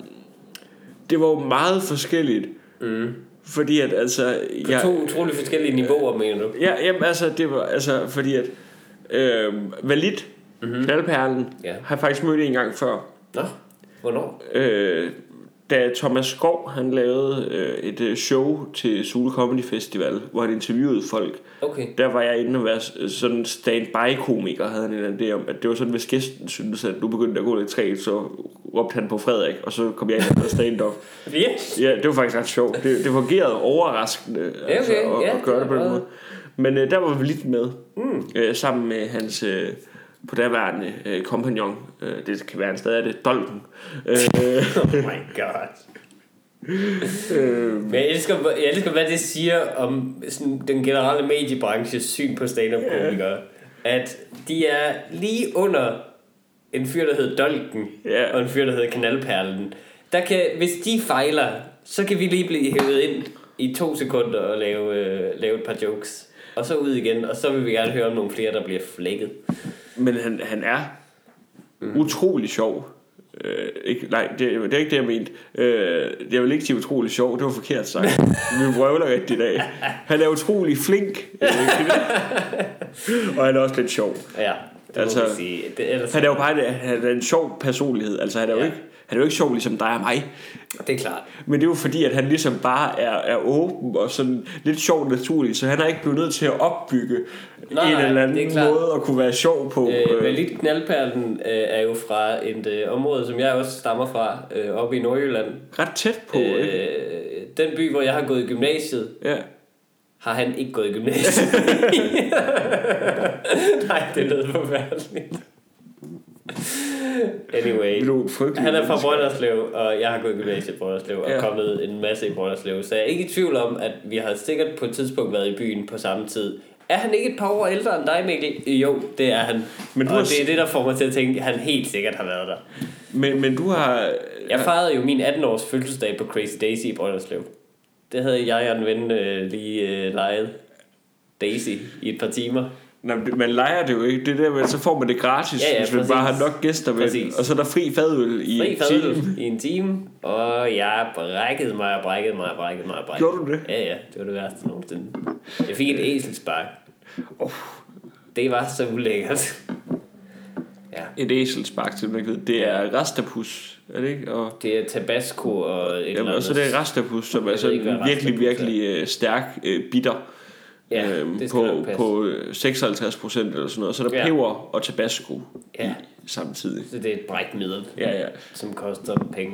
Speaker 2: det var jo meget forskelligt. Mm. Fordi at altså...
Speaker 1: På ja. to utrolig forskellige niveauer, mener du?
Speaker 2: Ja, jamen, altså, det var, altså, fordi at øh, Valit, mm-hmm. Knaldperlen,
Speaker 1: Ja.
Speaker 2: har jeg faktisk mødt en gang før.
Speaker 1: Nå, hvornår?
Speaker 2: Øh, da Thomas Skov, han lavede øh, et øh, show til Sule Comedy Festival, hvor han interviewede folk.
Speaker 1: Okay.
Speaker 2: Der var jeg inde og være s- sådan stand-by-komiker, havde han en eller anden idé om, at det var sådan, hvis gæsten syntes, at nu begyndte at gå lidt træt, så råbte han på Frederik, og så kom jeg ind og lavede stand-up.
Speaker 1: Yes.
Speaker 2: Ja, det var faktisk ret sjovt. Det, det fungerede overraskende
Speaker 1: Ja,
Speaker 2: altså,
Speaker 1: okay.
Speaker 2: at,
Speaker 1: Ja,
Speaker 2: at gøre
Speaker 1: det
Speaker 2: det på den
Speaker 1: var-
Speaker 2: måde. Men øh, der var vi lidt med, mm. øh, sammen med hans øh, på derværende øh, kompagnon. Øh, det kan være en stadig er det, Dolken. Øh,
Speaker 1: Oh my god.
Speaker 2: øh,
Speaker 1: Men jeg elsker, jeg elsker, hvad det siger om sådan, den generelle mediebranches syn på stand-up-komikere. At de er lige under en fyr, der hedder Dolken,
Speaker 2: Ja.
Speaker 1: og en fyr, der hedder Kanalperlen. Der kan, hvis de fejler, så kan vi lige blive hævet ind i to sekunder og lave, øh, lave et par jokes. Og så ud igen, og så vil vi gerne høre om nogle flere, der bliver flækket.
Speaker 2: men han, han er mm. utrolig sjov. Øh, ikke, nej, det, det er ikke det, jeg mente. Øh, jeg vil ikke sige utrolig sjov, det var forkert sagt. Vi prøver rigtig i dag. Han er utrolig flink. Øh, og han er også lidt sjov.
Speaker 1: Ja, det altså,
Speaker 2: Altså,
Speaker 1: må vi sige. Det, ellers,
Speaker 2: Han er jo bare en, han er en sjov personlighed. Altså, han er, ja.
Speaker 1: Ja.
Speaker 2: jo ikke, han er jo ikke sjov ligesom dig og mig.
Speaker 1: det er klart.
Speaker 2: Men det er jo fordi, at han ligesom bare er, er åben og sådan lidt sjov naturligt. Så han er ikke blevet nødt til at opbygge
Speaker 1: Nej,
Speaker 2: nej, en
Speaker 1: nej,
Speaker 2: eller
Speaker 1: det er
Speaker 2: anden
Speaker 1: klart.
Speaker 2: måde at kunne være sjov på.
Speaker 1: Øh, Valit Knaldperlen øh, er jo fra et øh, område, som jeg også stammer fra, øh, oppe i Nordjylland.
Speaker 2: ret tæt på, øh, ikke?
Speaker 1: Øh, den by, hvor jeg har gået i gymnasiet,
Speaker 2: Ja.
Speaker 1: har han ikke gået i gymnasiet. Nej, det lød forfærdeligt. Anyway.
Speaker 2: Det er jo en frygtelig
Speaker 1: Han er fra
Speaker 2: menneske.
Speaker 1: Brønderslev, og jeg har gået i gymnasiet i Brønderslev, og
Speaker 2: Ja.
Speaker 1: ja. kommet en masse i Brønderslev. Så jeg er ikke i tvivl om, at vi har sikkert på et tidspunkt været i byen på samme tid. Er han ikke et par år ældre end dig, Mikkel? Jo, det er han.
Speaker 2: Men
Speaker 1: Men
Speaker 2: du
Speaker 1: og
Speaker 2: har-
Speaker 1: det er det, der får mig til at tænke, at han helt sikkert har været der.
Speaker 2: Men, men du har...
Speaker 1: Jeg fejrede jo min 18-års fødselsdag på Crazy Daisy i Brønderslev. Det havde jeg og en ven øh, lige øh, lejet. Daisy i et par timer.
Speaker 2: Nej, men det- man leger det jo ikke. Det er der, men så får man det gratis,
Speaker 1: Ja, ja,
Speaker 2: hvis man
Speaker 1: præcis.
Speaker 2: bare har nok gæster med.
Speaker 1: Præcis.
Speaker 2: Og så er der fri fadøl i
Speaker 1: Fri
Speaker 2: en
Speaker 1: fadøl
Speaker 2: time.
Speaker 1: i en time, og jeg brækkede mig og brækkede mig og brækkede mig og brækkede
Speaker 2: Gjorde du det?
Speaker 1: Ja, ja, det var det værste nogensinde. Jeg fik et æselspark.
Speaker 2: Åh.
Speaker 1: Det var så ulækkert. Ja,
Speaker 2: Et æselspark, til man ikke ved. Det er rastapus, er det ikke? Og
Speaker 1: det er tabasco og et
Speaker 2: Jamen,
Speaker 1: eller
Speaker 2: og så
Speaker 1: andet.
Speaker 2: det er Rastapus, som er
Speaker 1: ved
Speaker 2: sådan
Speaker 1: ikke, hvad
Speaker 2: virkelig,
Speaker 1: Rastapus er.
Speaker 2: virkelig øh, stærk øh, bitter.
Speaker 1: Ja,
Speaker 2: øhm,
Speaker 1: det skal nok
Speaker 2: på,
Speaker 1: passe.
Speaker 2: på øh, 56 procent eller sådan noget. Så er der
Speaker 1: Ja.
Speaker 2: peber og tabasco
Speaker 1: Ja,
Speaker 2: samtidig.
Speaker 1: så det er et brækmiddel,
Speaker 2: Ja, ja.
Speaker 1: som koster penge.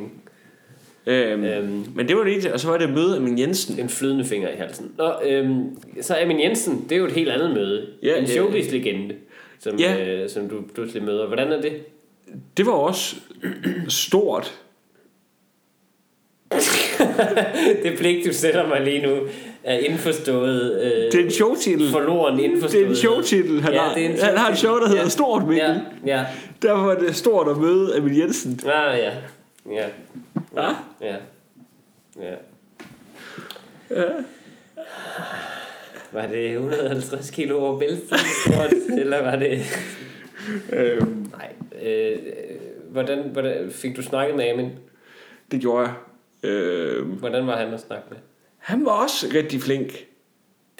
Speaker 2: Øhm,
Speaker 1: Øhm.
Speaker 2: Men det var det eneste. Og så var det møde med Jensen.
Speaker 1: En flydende finger i halsen. Nå, øhm, så Amin Jensen, det er jo et helt andet møde.
Speaker 2: Ja,
Speaker 1: en
Speaker 2: ja.
Speaker 1: showbiz-legende, som,
Speaker 2: Ja.
Speaker 1: øh, som du pludselig møder. Hvordan er det?
Speaker 2: Det var også stort.
Speaker 1: det blik, du sætter mig lige nu, er indforstået. Øh,
Speaker 2: Det er en showtitel.
Speaker 1: Forloren
Speaker 2: Det
Speaker 1: indforstået.
Speaker 2: er en showtitel. Han,
Speaker 1: Ja,
Speaker 2: har,
Speaker 1: det er en
Speaker 2: han har et show, der
Speaker 1: showtitel.
Speaker 2: hedder
Speaker 1: Ja.
Speaker 2: Stort Mikkel.
Speaker 1: Ja, ja.
Speaker 2: Derfor er det stort at møde Emil Jensen.
Speaker 1: Ah, ja. Ja.
Speaker 2: Ja.
Speaker 1: Ja. Ja. Var det 150 kilo over bæltet, eller var det...
Speaker 2: Øhm,
Speaker 1: Nej. Øh, hvordan, hvordan, fik du snakket med Amin?
Speaker 2: det gjorde jeg. Øhm,
Speaker 1: Hvordan var han at snakke med?
Speaker 2: han var også rigtig flink.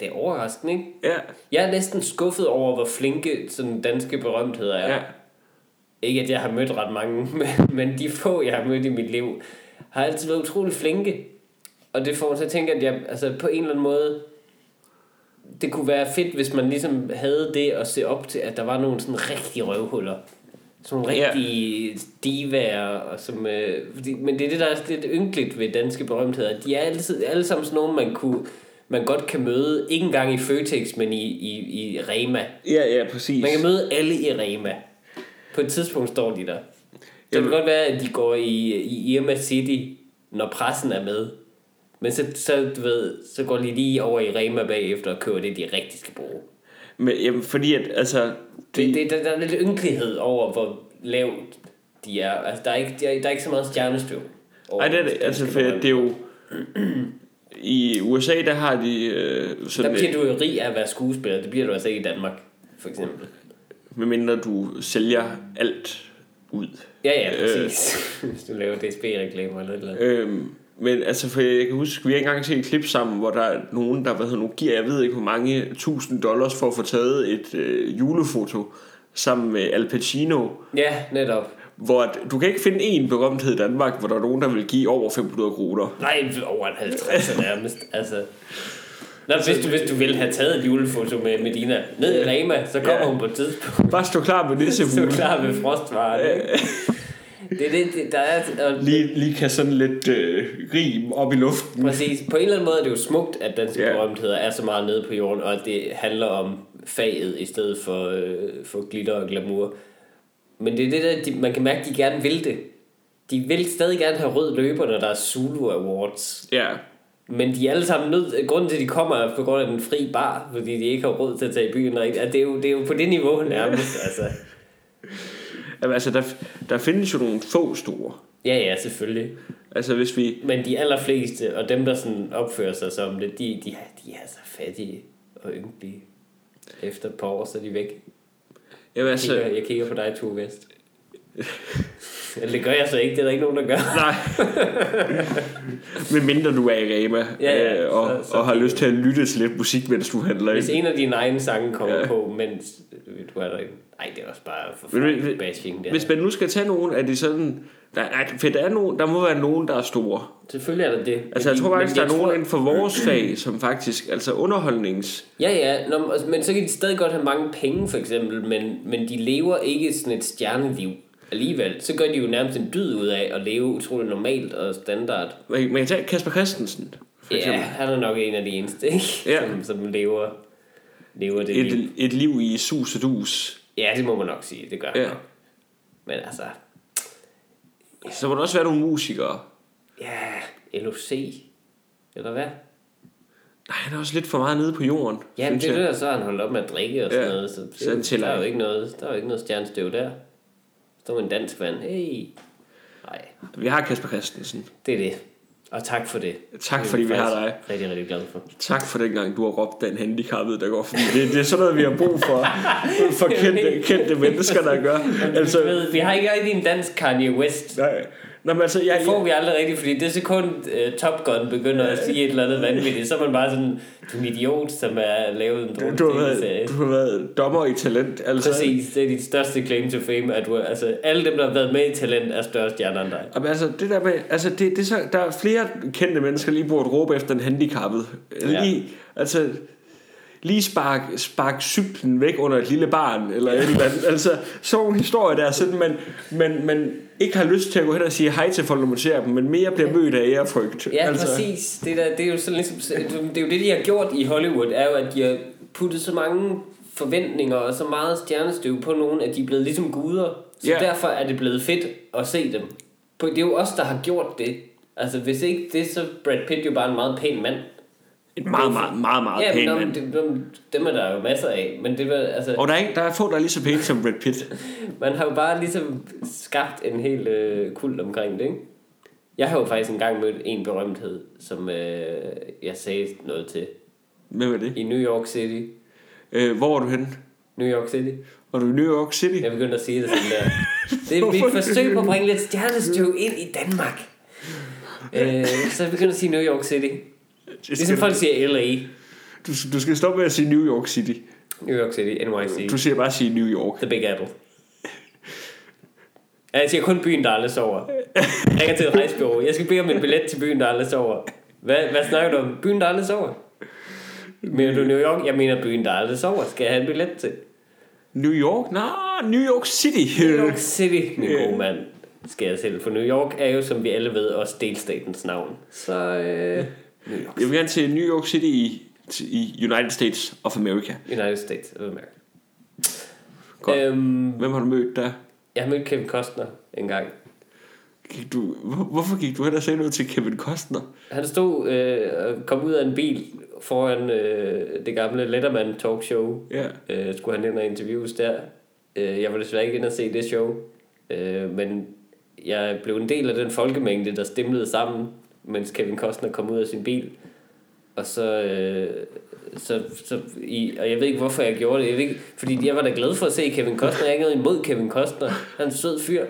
Speaker 1: Det er overraskende, ikke?
Speaker 2: Ja,
Speaker 1: Jeg er næsten skuffet over, hvor flinke sådan danske berømtheder er.
Speaker 2: ja.
Speaker 1: Ikke at jeg har mødt ret mange, men- men de få, jeg har mødt i mit liv, har altid været utrolig flinke. Og det får mig til at tænke, at jeg altså, på en eller anden måde, det kunne være fedt, hvis man ligesom havde det at se op til, at der var nogle sådan rigtige røvhuller. Sådan nogle
Speaker 2: Ja.
Speaker 1: rigtige divaer. Og som, øh, fordi, men det er det, der er lidt ynkeligt ved danske berømtheder. De er altid, alle sammen sådan nogle, man kunne man godt kan møde, ikke engang i Føtex, men i, i, i Rema.
Speaker 2: Ja, ja, præcis.
Speaker 1: Man kan møde alle i Rema. På et tidspunkt står de der. Det
Speaker 2: Jamen-
Speaker 1: kan godt være, at de går i, i Irma City, når pressen er med. Men så, så, du ved, så går de lige over i Rema bagefter og køber det, de rigtig skal bruge.
Speaker 2: Men, jamen, fordi at, altså...
Speaker 1: Det, det, der, der er lidt ynkelighed over, hvor lavt de er. Altså, der er ikke, der er, der er ikke så meget stjernestøv. over
Speaker 2: Ej, det er,
Speaker 1: de
Speaker 2: det-
Speaker 1: danske
Speaker 2: altså, for
Speaker 1: brød.
Speaker 2: det er jo... I USA, der har de... Øh, sådan,
Speaker 1: Der bliver du jo rig af at være skuespiller. Det bliver du altså ikke i Danmark, for eksempel.
Speaker 2: medmindre du sælger alt ud.
Speaker 1: Ja,
Speaker 2: Øh.
Speaker 1: ja, præcis. Hvis du laver DSB-reklamer eller et eller andet.
Speaker 2: Øhm, men altså, for jeg kan huske, vi har ikke engang set et klip sammen, hvor der er nogen, der hvad hedder, nu giver, jeg ved ikke hvor mange tusind dollars for at få taget et øh, julefoto sammen med Al Pacino,
Speaker 1: Ja, netop.
Speaker 2: hvor at, du kan ikke finde en berømthed i Danmark, hvor der er nogen, der vil give over 500 kroner.
Speaker 1: Nej, over en 50 nærmest. Altså. Nå, hvis, du, hvis du vil have taget et julefoto med Medina ned i Rema, så kommer
Speaker 2: Ja.
Speaker 1: hun på et tidspunkt.
Speaker 2: Bare stå klar med det,
Speaker 1: Så er
Speaker 2: så
Speaker 1: du klar med frostvarerne. ikke? Det er det, det der er... Og,
Speaker 2: lige, lige kan sådan lidt øh, rim op i luften.
Speaker 1: Præcis. På en eller anden måde er det jo smukt, at danske
Speaker 2: Ja.
Speaker 1: yeah. berømtheder er så meget nede på jorden, og at det handler om faget i stedet for, øh, for glitter og glamour. Men det er det der, de, man kan mærke, at de gerne vil det. De vil stadig gerne have rød løber, når der er Zulu Awards.
Speaker 2: Ja,
Speaker 1: Men de er alle sammen nødt... Grunden til, at de kommer, er på grund af den fri bar, fordi de ikke har råd til at tage i byen. rigtigt. At det, er jo, det er jo på det niveau nærmest. Altså.
Speaker 2: Jamen, altså, der, der findes jo nogle få store.
Speaker 1: Ja, ja, selvfølgelig.
Speaker 2: Altså, hvis vi...
Speaker 1: Men de allerfleste, og dem, der sådan opfører sig som det, de, de, er- de er så fattige og ynkelige. Efter et par år, så er de væk. Jeg
Speaker 2: Jamen, altså,
Speaker 1: kigger, jeg kigger på dig, Tue Vest. Eller det gør jeg så ikke, det er der ikke nogen, der gør.
Speaker 2: Nej. Med mindre du er i Rema
Speaker 1: Ja, ja,
Speaker 2: øh, og,
Speaker 1: så- så-
Speaker 2: og har lyst til at lytte til lidt musik, mens du handler.
Speaker 1: Hvis
Speaker 2: Ikke?
Speaker 1: en af dine egne sange kommer
Speaker 2: Ja.
Speaker 1: ja. på, mens du er derinde. Nej, det er også bare for
Speaker 2: Men- men-
Speaker 1: bashing der.
Speaker 2: Hvis man nu skal tage nogen, er det sådan... Der, er, for der, er nogen, der må være nogen, der er store.
Speaker 1: Selvfølgelig er der det. Men
Speaker 2: Altså, jeg
Speaker 1: de-
Speaker 2: tror
Speaker 1: men
Speaker 2: faktisk, der er
Speaker 1: jeg
Speaker 2: nogen
Speaker 1: tror-
Speaker 2: inden for vores fag, som faktisk... Altså underholdnings...
Speaker 1: Ja, ja, Nå, men- og- men så kan de stadig godt have mange penge, for eksempel, men, men de lever ikke sådan et stjerneliv alligevel. Så gør de jo nærmest en dyd ud af at leve utrolig normalt og standard.
Speaker 2: Man kan- man kan tage Kasper Christensen, for
Speaker 1: Ja,
Speaker 2: eksempel.
Speaker 1: han er nok en af de eneste, ikke?
Speaker 2: Ja.
Speaker 1: Som, som lever, lever det liv.
Speaker 2: Et, et liv i sus og dus.
Speaker 1: Ja, det må man nok sige, det gør han
Speaker 2: Ja.
Speaker 1: nok. Men altså,
Speaker 2: Så må der også være nogle musikere.
Speaker 1: ja, LOC, eller hvad?
Speaker 2: Nej, han er også lidt for meget nede på jorden.
Speaker 1: Ja, men
Speaker 2: synes
Speaker 1: det er
Speaker 2: jeg.
Speaker 1: det, og så har han holdt op med at drikke og sådan
Speaker 2: Ja,
Speaker 1: noget, så, det,
Speaker 2: så han
Speaker 1: der
Speaker 2: tæller
Speaker 1: er jo
Speaker 2: ikke.
Speaker 1: ikke noget, der er jo ikke noget stjernestøv der. Der var en dansk vand. Hey. Nej.
Speaker 2: Vi har Kasper Christensen.
Speaker 1: Det er det. Og tak for det.
Speaker 2: Tak,
Speaker 1: Det er
Speaker 2: fordi vi har
Speaker 1: faktisk Rigtig, rigtig glad for.
Speaker 2: Tak for dengang, du har råbt den handicappede, der går forbi. Det, det er sådan noget, vi har brug for, for kendte, kendte mennesker, der gør.
Speaker 1: Altså,
Speaker 2: Altså,
Speaker 1: ved, vi har ikke rigtig en dansk Kanye West.
Speaker 2: nej. Nå, men altså, jeg,
Speaker 1: Det
Speaker 2: jeg,
Speaker 1: får vi aldrig rigtigt, fordi det sekund uh, Top Gun begynder at sige et eller andet vanvittigt, så er man bare sådan, du er en idiot, som er lavet en
Speaker 2: du,
Speaker 1: dårlig
Speaker 2: har
Speaker 1: tv-serie.
Speaker 2: været, du har været dommer i talent. Altså,
Speaker 1: Præcis, det er dit største claim to fame, at du, er- altså, alle dem, der har været med i Talent, er større stjerner end dig.
Speaker 2: Jamen, altså, det der med, altså, det, det er så, der er flere kendte mennesker, der lige burde råbe efter en handicappet.
Speaker 1: Ja.
Speaker 2: Lige, altså, lige spark, spark cyklen væk under et lille barn, eller et eller andet. Altså, sådan nogle historier der, sådan, man, man, man ikke har lyst til at gå hen og sige hej til folk, når man ser dem, men mere bliver mødt af ærefrygt.
Speaker 1: Ja, altså.
Speaker 2: altså,
Speaker 1: præcis. Det, der, det, er jo sådan ligesom, det er jo det, de har gjort i Hollywood, er jo, at de har puttet så mange forventninger og så meget stjernestøv på nogen, at de er blevet ligesom guder. Så
Speaker 2: Ja.
Speaker 1: yeah. derfor er det blevet fedt at se dem. På- Det er jo os, der har gjort det. Altså, hvis ikke det, så er Brad Pitt jo bare en meget pæn mand.
Speaker 2: En meget, meget, meget, meget
Speaker 1: ja,
Speaker 2: ja, pæn
Speaker 1: men om-
Speaker 2: mand.
Speaker 1: det- dem, dem er der jo masser af. Men det var, altså,
Speaker 2: Og der er, ikke, der er få, der er lige så pæne som Brad Pitt.
Speaker 1: man har jo bare ligesom skabt en hel øh, kult omkring det, ikke? Jeg har jo faktisk engang mødt en berømthed, som øh, jeg sagde noget til.
Speaker 2: Hvem er det?
Speaker 1: I New York City.
Speaker 2: Øh, hvor var du henne?
Speaker 1: New York City.
Speaker 2: Var du i New York City?
Speaker 1: Jeg begyndte at sige det sådan der. Det er
Speaker 2: Hvorfor
Speaker 1: mit forsøg på at bringe lidt stjernestøv ind i Danmark. Øh, så jeg begyndte at sige New York City. Ligesom folk siger LA.
Speaker 2: du, du skal stoppe med at sige New York City.
Speaker 1: New York City, NYC.
Speaker 2: Du siger bare at sige New York.
Speaker 1: The Big Apple. Ja, Jeg siger kun byen, der aldrig sover. Jeg ringer til et rejsbureau. Jeg skal bede om en billet til byen, der aldrig sover. Hvad, hvad snakker du om? Byen, der aldrig sover? Mener du New York? Jeg mener byen, der aldrig sover. Skal jeg have en billet til?
Speaker 2: New York? Nej, New York City.
Speaker 1: New York City, Øh, min gode mand, skal jeg selv. For New York er jo, som vi alle ved, også delstatens navn. Så øh,
Speaker 2: Jeg vil gerne til New York City i, til- i United States of America.
Speaker 1: United States of America.
Speaker 2: Godt.
Speaker 1: Øhm,
Speaker 2: Hvem har du mødt der?
Speaker 1: jeg mødte Kevin Costner en gang.
Speaker 2: Gik du, hvor- hvorfor gik du hen og sagde noget til Kevin Costner?
Speaker 1: Han stod øh, og kom ud af en bil foran øh, det gamle Letterman talkshow.
Speaker 2: Ja.
Speaker 1: Øh, skulle han ind og interviews der. Øh, jeg var desværre ikke inde og se det show. Øh, men jeg blev en del af den folkemængde, der stemlede sammen, mens Kevin Costner kom ud af sin bil. Og så, øh, så, så i, og jeg ved ikke, hvorfor jeg gjorde det. Jeg ved ikke, fordi jeg var da glad for at se Kevin Costner. Jeg er ikke noget imod Kevin Costner. Han er en sød fyr.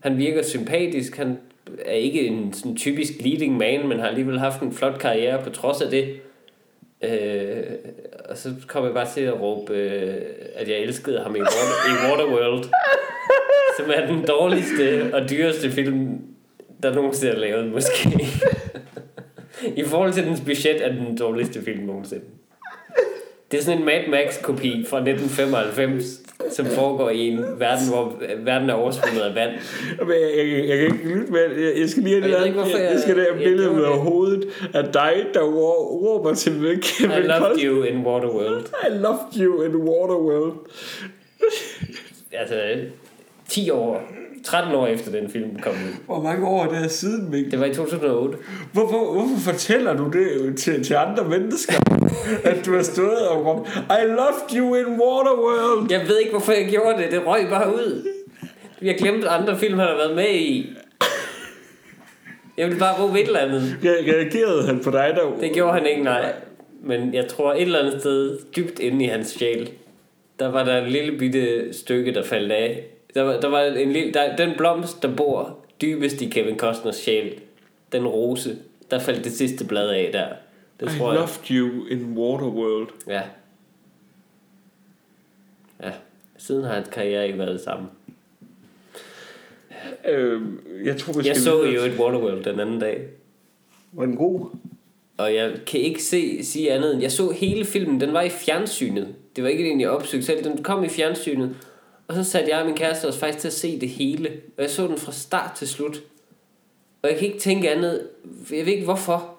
Speaker 1: Han virker sympatisk. Han er ikke en sådan typisk leading man, men har alligevel haft en flot karriere på trods af det. Øh, og så kom jeg bare til at råbe, øh, at jeg elskede ham i, Water, i Waterworld. Som er den dårligste og dyreste film, der nogensinde er lavet, måske. I forhold til dens budget er den dårligste film nogensinde. Det er sådan en Mad Max-kopi fra 1995, som foregår i en verden, hvor verden er oversvømmet af vand.
Speaker 2: Men jeg, jeg, jeg kan ikke lytte med, jeg, jeg skal lige have
Speaker 1: Jeg ved
Speaker 2: det der,
Speaker 1: ikke, hvorfor
Speaker 2: jeg, jeg,
Speaker 1: jeg-
Speaker 2: skal det her
Speaker 1: jeg
Speaker 2: billede
Speaker 1: gjorde
Speaker 2: ud af
Speaker 1: det.
Speaker 2: hovedet af dig, der rå- råber til med
Speaker 1: I
Speaker 2: Kevin
Speaker 1: loved
Speaker 2: Costner.
Speaker 1: you in Waterworld.
Speaker 2: I loved you in Waterworld.
Speaker 1: Altså, 10 år, 13 år efter den film kom ud.
Speaker 2: Hvor mange år er det her siden, Mikkel?
Speaker 1: Det var i 2008.
Speaker 2: Hvorfor, hvorfor fortæller du det til, til andre mennesker, at du har stået og råbt, I loved you in Waterworld?
Speaker 1: Jeg ved ikke, hvorfor jeg gjorde det. Det røg bare ud. Jeg glemte andre film, han har været med i. Jeg ville bare råbe et eller andet.
Speaker 2: Jeg reagerede han på dig, der...
Speaker 1: Det gjorde han ikke, nej. Men jeg tror et eller andet sted, dybt inde i hans sjæl, der var der en lille bitte stykke, der faldt af. Der var, der var en lille, der, den blomst, der bor dybest i Kevin Costners sjæl, den rose, der faldt det sidste blad af der. Det
Speaker 2: I
Speaker 1: tror jeg.
Speaker 2: loved you in Waterworld.
Speaker 1: Ja. Ja. Siden har hans karriere ikke været det samme.
Speaker 2: Øhm, jeg tror, vi skal
Speaker 1: Jeg så
Speaker 2: videre.
Speaker 1: jo et Waterworld den anden dag,
Speaker 2: Var den god?
Speaker 1: og jeg kan ikke se, sige andet end, jeg så hele filmen, den var i fjernsynet. Det var ikke en, jeg opsøgte selv, den kom i fjernsynet. Og så satte jeg og min kæreste os faktisk til at se det hele, og jeg så den fra start til slut. Og jeg kan ikke tænke andet, jeg ved ikke hvorfor.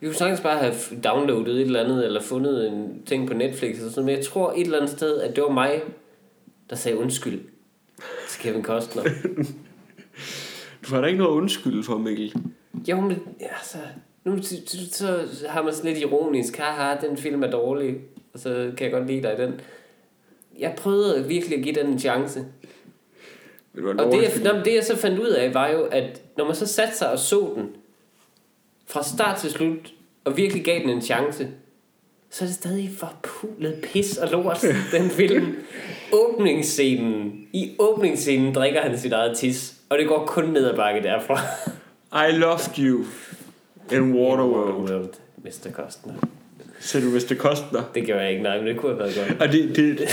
Speaker 1: Vi kunne sagtens bare have downloadet et eller andet, eller fundet en ting på Netflix eller sådan noget, men jeg tror et eller andet sted, at det var mig, der sagde undskyld til Kevin Costner.
Speaker 2: Du har da ikke noget undskyld for, Mikkel.
Speaker 1: Jo, men altså, nu så- så- så har man sådan lidt ironisk, haha, den film er dårlig, og så kan jeg godt lide dig i den. Jeg prøvede virkelig at give den en chance.
Speaker 2: Det var en
Speaker 1: Og det
Speaker 2: dårlig
Speaker 1: jeg,
Speaker 2: film.
Speaker 1: nå, men det jeg så fandt ud af, var jo, at når man så satte sig og så den, fra start til slut, og virkelig gav den en chance, så er det stadig forpulet pis og lort, den film. Åbningsscenen. I åbningsscenen drikker han sit eget tis, og det går kun ned ad bakke derfra.
Speaker 2: I loved you in Waterworld.
Speaker 1: Waterworld, Mr. Costner.
Speaker 2: Sagde du Mr. Costner.
Speaker 1: Det gjorde jeg ikke, nej, men det kunne have været godt.
Speaker 2: Og det, det, det,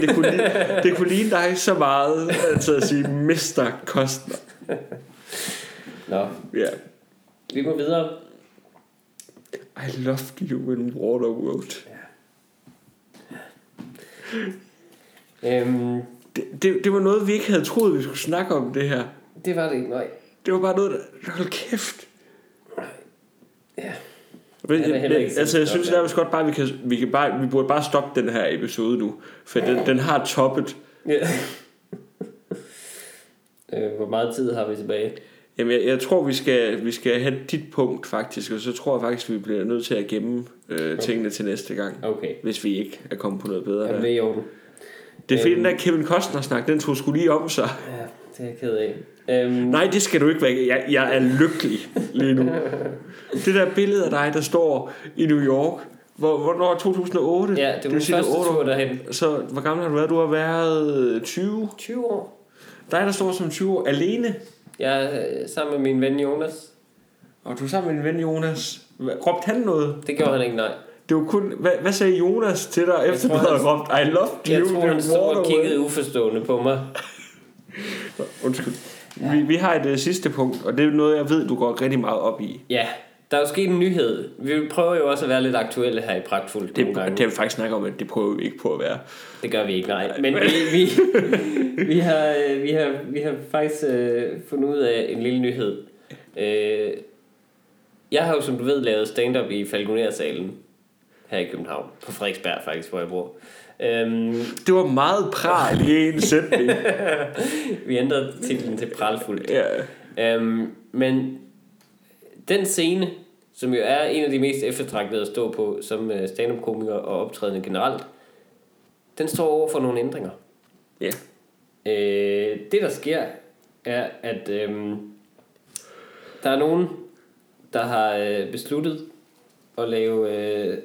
Speaker 2: det, kunne lide, det kunne lide dig så meget, altså at sige Mr. Costner.
Speaker 1: Nå,
Speaker 2: Ja.
Speaker 1: vi går videre.
Speaker 2: I loved you in Waterworld.
Speaker 1: Øhm,
Speaker 2: Det, det, det var noget, vi ikke havde troet, vi skulle snakke om det her.
Speaker 1: det var det ikke, nej.
Speaker 2: Det var bare noget, der... Hold kæft.
Speaker 1: Ja.
Speaker 2: Men,
Speaker 1: Ja, det er
Speaker 2: ja,
Speaker 1: heller ikke
Speaker 2: men,
Speaker 1: så
Speaker 2: altså, jeg
Speaker 1: godt,
Speaker 2: synes
Speaker 1: ja.
Speaker 2: nærmest godt bare, vi, kan, vi, kan bare, vi burde bare stoppe den her episode nu. For den, den har toppet.
Speaker 1: Ja. øh, hvor meget tid har vi tilbage?
Speaker 2: Jamen, jeg, jeg tror, vi skal, vi skal have dit punkt, faktisk. Og så tror jeg faktisk, vi bliver nødt til at gemme øh, tingene til næste gang.
Speaker 1: Okay,
Speaker 2: Hvis vi ikke er kommet på noget bedre.
Speaker 1: Jamen,
Speaker 2: Jamen,
Speaker 1: det er i orden.
Speaker 2: Det er fordi,
Speaker 1: Øhm.
Speaker 2: den der Kevin Costner-snak, den tog skulle lige om sig.
Speaker 1: Ja, det er jeg ked af. Øhm,
Speaker 2: Nej, det skal du ikke være. Jeg, jeg er lykkelig lige nu. Det der billede af dig, der står i New York. Hvor, hvornår? 2008?
Speaker 1: Ja, det var min
Speaker 2: cirka
Speaker 1: første
Speaker 2: otte år.
Speaker 1: tur derhen.
Speaker 2: Så hvor gammel har du været? Du har været øh, 20.
Speaker 1: 20 år.
Speaker 2: Dig, der står som 20 år, alene.
Speaker 1: Jeg er øh, sammen med min ven Jonas.
Speaker 2: Og du er sammen med en ven, Jonas. Hvad, råbte han noget?
Speaker 1: Det gjorde han ikke, nej.
Speaker 2: Det var kun... Hvad, hvad sagde Jonas til dig, efter du
Speaker 1: tror,
Speaker 2: havde
Speaker 1: han-
Speaker 2: råbt, I love you,
Speaker 1: Jeg tror,
Speaker 2: you
Speaker 1: han stod og
Speaker 2: waterworld"?
Speaker 1: kiggede uforstående på mig.
Speaker 2: Undskyld. Vi, vi har et øh, sidste punkt, og det er noget, jeg ved, du går rigtig meget op i.
Speaker 1: Ja, der er jo sket en nyhed. Vi prøver jo også at være lidt aktuelle her i Pragtfuldt
Speaker 2: Det,
Speaker 1: nogle gange.
Speaker 2: det har vi faktisk snakket om, at det prøver vi ikke på at være.
Speaker 1: Det gør vi ikke, nej. Men vi, vi, vi, har, øh, vi, har, vi har faktisk øh, fundet ud af en lille nyhed. Øh, Jeg har jo, som du ved, lavet stand-up i Falconer-salen her i København. På Frederiksberg faktisk, hvor jeg bor. Øhm,
Speaker 2: Det var meget pral i en sætning.
Speaker 1: vi ændrede titlen til Pralfuldt.
Speaker 2: ja.
Speaker 1: Øhm, men den scene, som jo er en af de mest eftertragtede at stå på som øh, stand-up-komiker og optrædende generelt, den står over for nogle ændringer.
Speaker 2: ja.
Speaker 1: Øh, det, der sker, er, at øh, der er nogen, der har øh, besluttet at lave øh,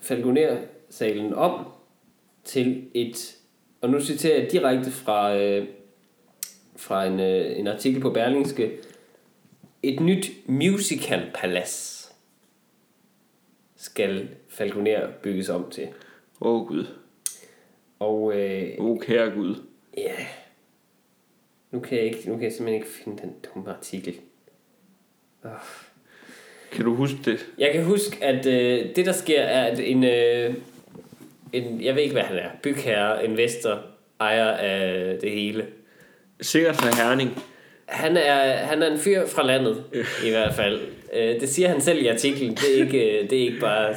Speaker 1: Falconer-salen om til et, og nu citerer jeg direkte fra, øh, fra en, øh, en artikel på Berlingske, et nyt musical-palads skal Falconer bygges om til.
Speaker 2: Åh oh, gud.
Speaker 1: Og øh,
Speaker 2: Åh oh, kære gud.
Speaker 1: Ja. Nu kan jeg, ikke, nu kan jeg simpelthen ikke finde den dumme artikel.
Speaker 2: Kan du huske det?
Speaker 1: Jeg kan huske, at øh, det der sker er, at en, øh, en, jeg ved ikke hvad han er, bygherre, investor, ejer af det hele.
Speaker 2: Sikkert fra Herning.
Speaker 1: Han er, han er en fyr fra landet, i hvert fald. Øh, det siger han selv i artiklen, det er ikke, øh, det er ikke bare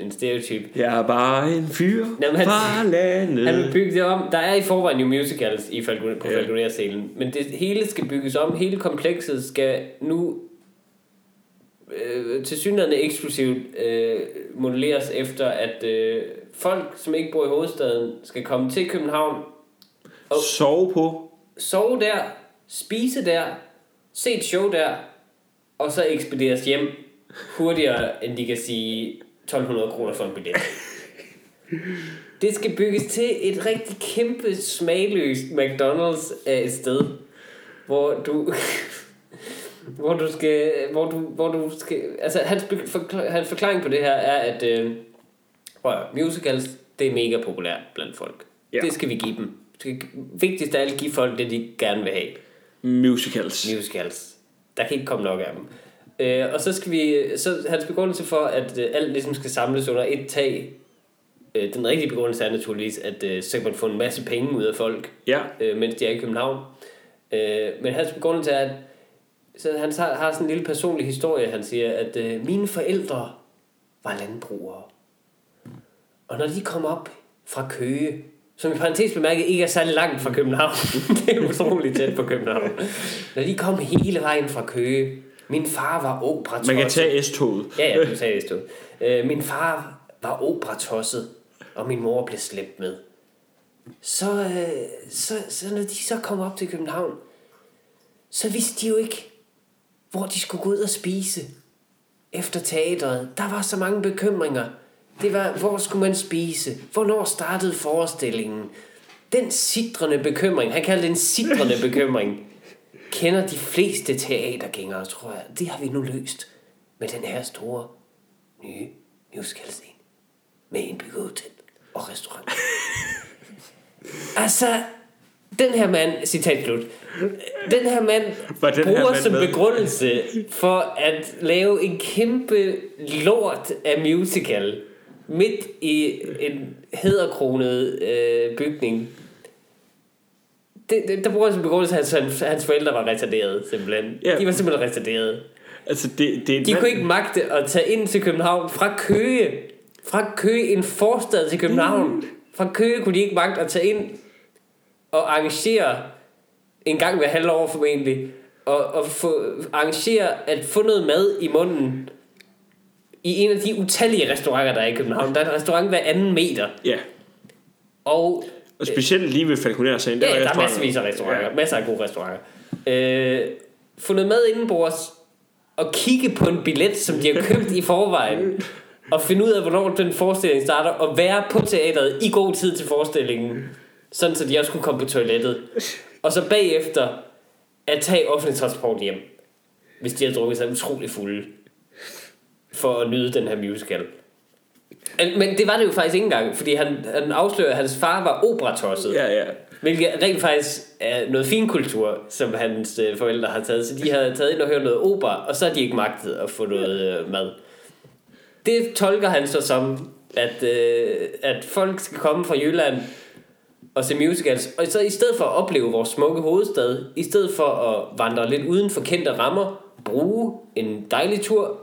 Speaker 1: en stereotyp.
Speaker 2: Jeg er bare en fyr
Speaker 1: Jamen, han-
Speaker 2: fra landet.
Speaker 1: Han vil bygge det om. Der er i forvejen jo musicals i Falcon, på Falconer-scenen, men det hele skal bygges om. Hele komplekset skal nu øh, til synligheden eksklusivt øh, modelleres efter, at øh, folk, som ikke bor i hovedstaden, skal komme til København,
Speaker 2: Sove på.
Speaker 1: sove der, spise der, se et show der, og så ekspederes hjem hurtigere, end de kan sige 1200 kroner for en billet. Det skal bygges til et rigtig kæmpe, smagløst McDonald's af et sted, hvor du... hvor du skal... Hvor du, hvor du skal altså, hans, be- forkl- hans forklaring på det her er, at... Øh, prøv at høre, musicals, det er mega populært blandt folk.
Speaker 2: Ja.
Speaker 1: Ja. Det skal vi give dem. Vi skal- Vigtigst af alt, give folk det, de gerne vil have
Speaker 2: Musicals.
Speaker 1: musicals. Der kan ikke komme nok af dem. Øh, og så skal vi, så hans begrundelse for, at øh, alt ligesom skal samles under et tag, øh, den rigtige begrundelse er naturligvis, at øh, så kan man få en masse penge ud af folk,
Speaker 2: Ja.
Speaker 1: øh, mens de er i København. Øh, men hans begrundelse er, at så han har, har sådan en lille personlig historie, han siger, at øh, mine forældre var landbrugere. Og når de kom op fra Køge, som i parentes bemærket ikke er særlig langt fra København, det er utroligt tæt på København, når de kom hele vejen fra Køge, min far var operatør.
Speaker 2: Man kan tage S-toget.
Speaker 1: Ja, ja, du sagde det stod. Øh, min far var operatosset, og min mor blev slæbt med. Så, øh, så, så når de så kom op til København, så vidste de jo ikke, hvor de skulle gå ud og spise efter teateret. Der var så mange bekymringer. Det var, hvor skulle man spise? Hvornår startede forestillingen? Den sidrende bekymring, han kaldte det en sidrende bekymring, kender de fleste teatergængere, tror jeg. Det har vi nu løst med den her store, nye musicalscene med indbygget hotel og restaurant. altså, den her mand, citat slut, den her mand
Speaker 2: Var den her
Speaker 1: bruger
Speaker 2: mand
Speaker 1: som
Speaker 2: med?
Speaker 1: begrundelse for at lave en kæmpe lort af musical midt i en hederkronet øh, bygning. Det, det, der bruger han som begrundelse, at hans, hans forældre var retarderede, simpelthen.
Speaker 2: Ja.
Speaker 1: De var simpelthen retarderede.
Speaker 2: Altså, det, det er en
Speaker 1: De
Speaker 2: mand-
Speaker 1: kunne ikke magte at tage ind til København fra Køge. Fra Køge, en forstad til København. Fra Køge kunne de ikke magte at tage ind og arrangere en gang hver halvår formentlig. Og, og få, arrangere at få noget mad i munden i en af de utallige restauranter, der er i København. Der er en restaurant hver anden meter.
Speaker 2: Ja.
Speaker 1: Og
Speaker 2: Og specielt lige ved Falconer sagen.
Speaker 1: Ja, der er masservis af restauranter. Ja. Masser af gode restauranter. Øh, få noget mad indenbords og kigge på en billet, som de har købt i forvejen. Og finde ud af, hvornår den forestilling starter. Og være på teateret i god tid til forestillingen. Sådan, så de også kunne komme på toilettet. Og så bagefter at tage offentlig transport hjem. Hvis de har drukket sig utrolig fulde. For at nyde den her musical. Men- Men det var det jo faktisk ikke engang, fordi han, han afslører, at hans far var operatosset.
Speaker 2: Ja, ja.
Speaker 1: Hvilket rent faktisk er noget fin kultur, som hans øh, forældre har taget. Så de har taget ind og hørt noget opera, og så har de ikke magtet at få noget øh, mad. Det tolker han så som, at, øh, at folk skal komme fra Jylland og se musicals. Og så i stedet for at opleve vores smukke hovedstad, i stedet for at vandre lidt uden for kendte rammer, bruge en dejlig tur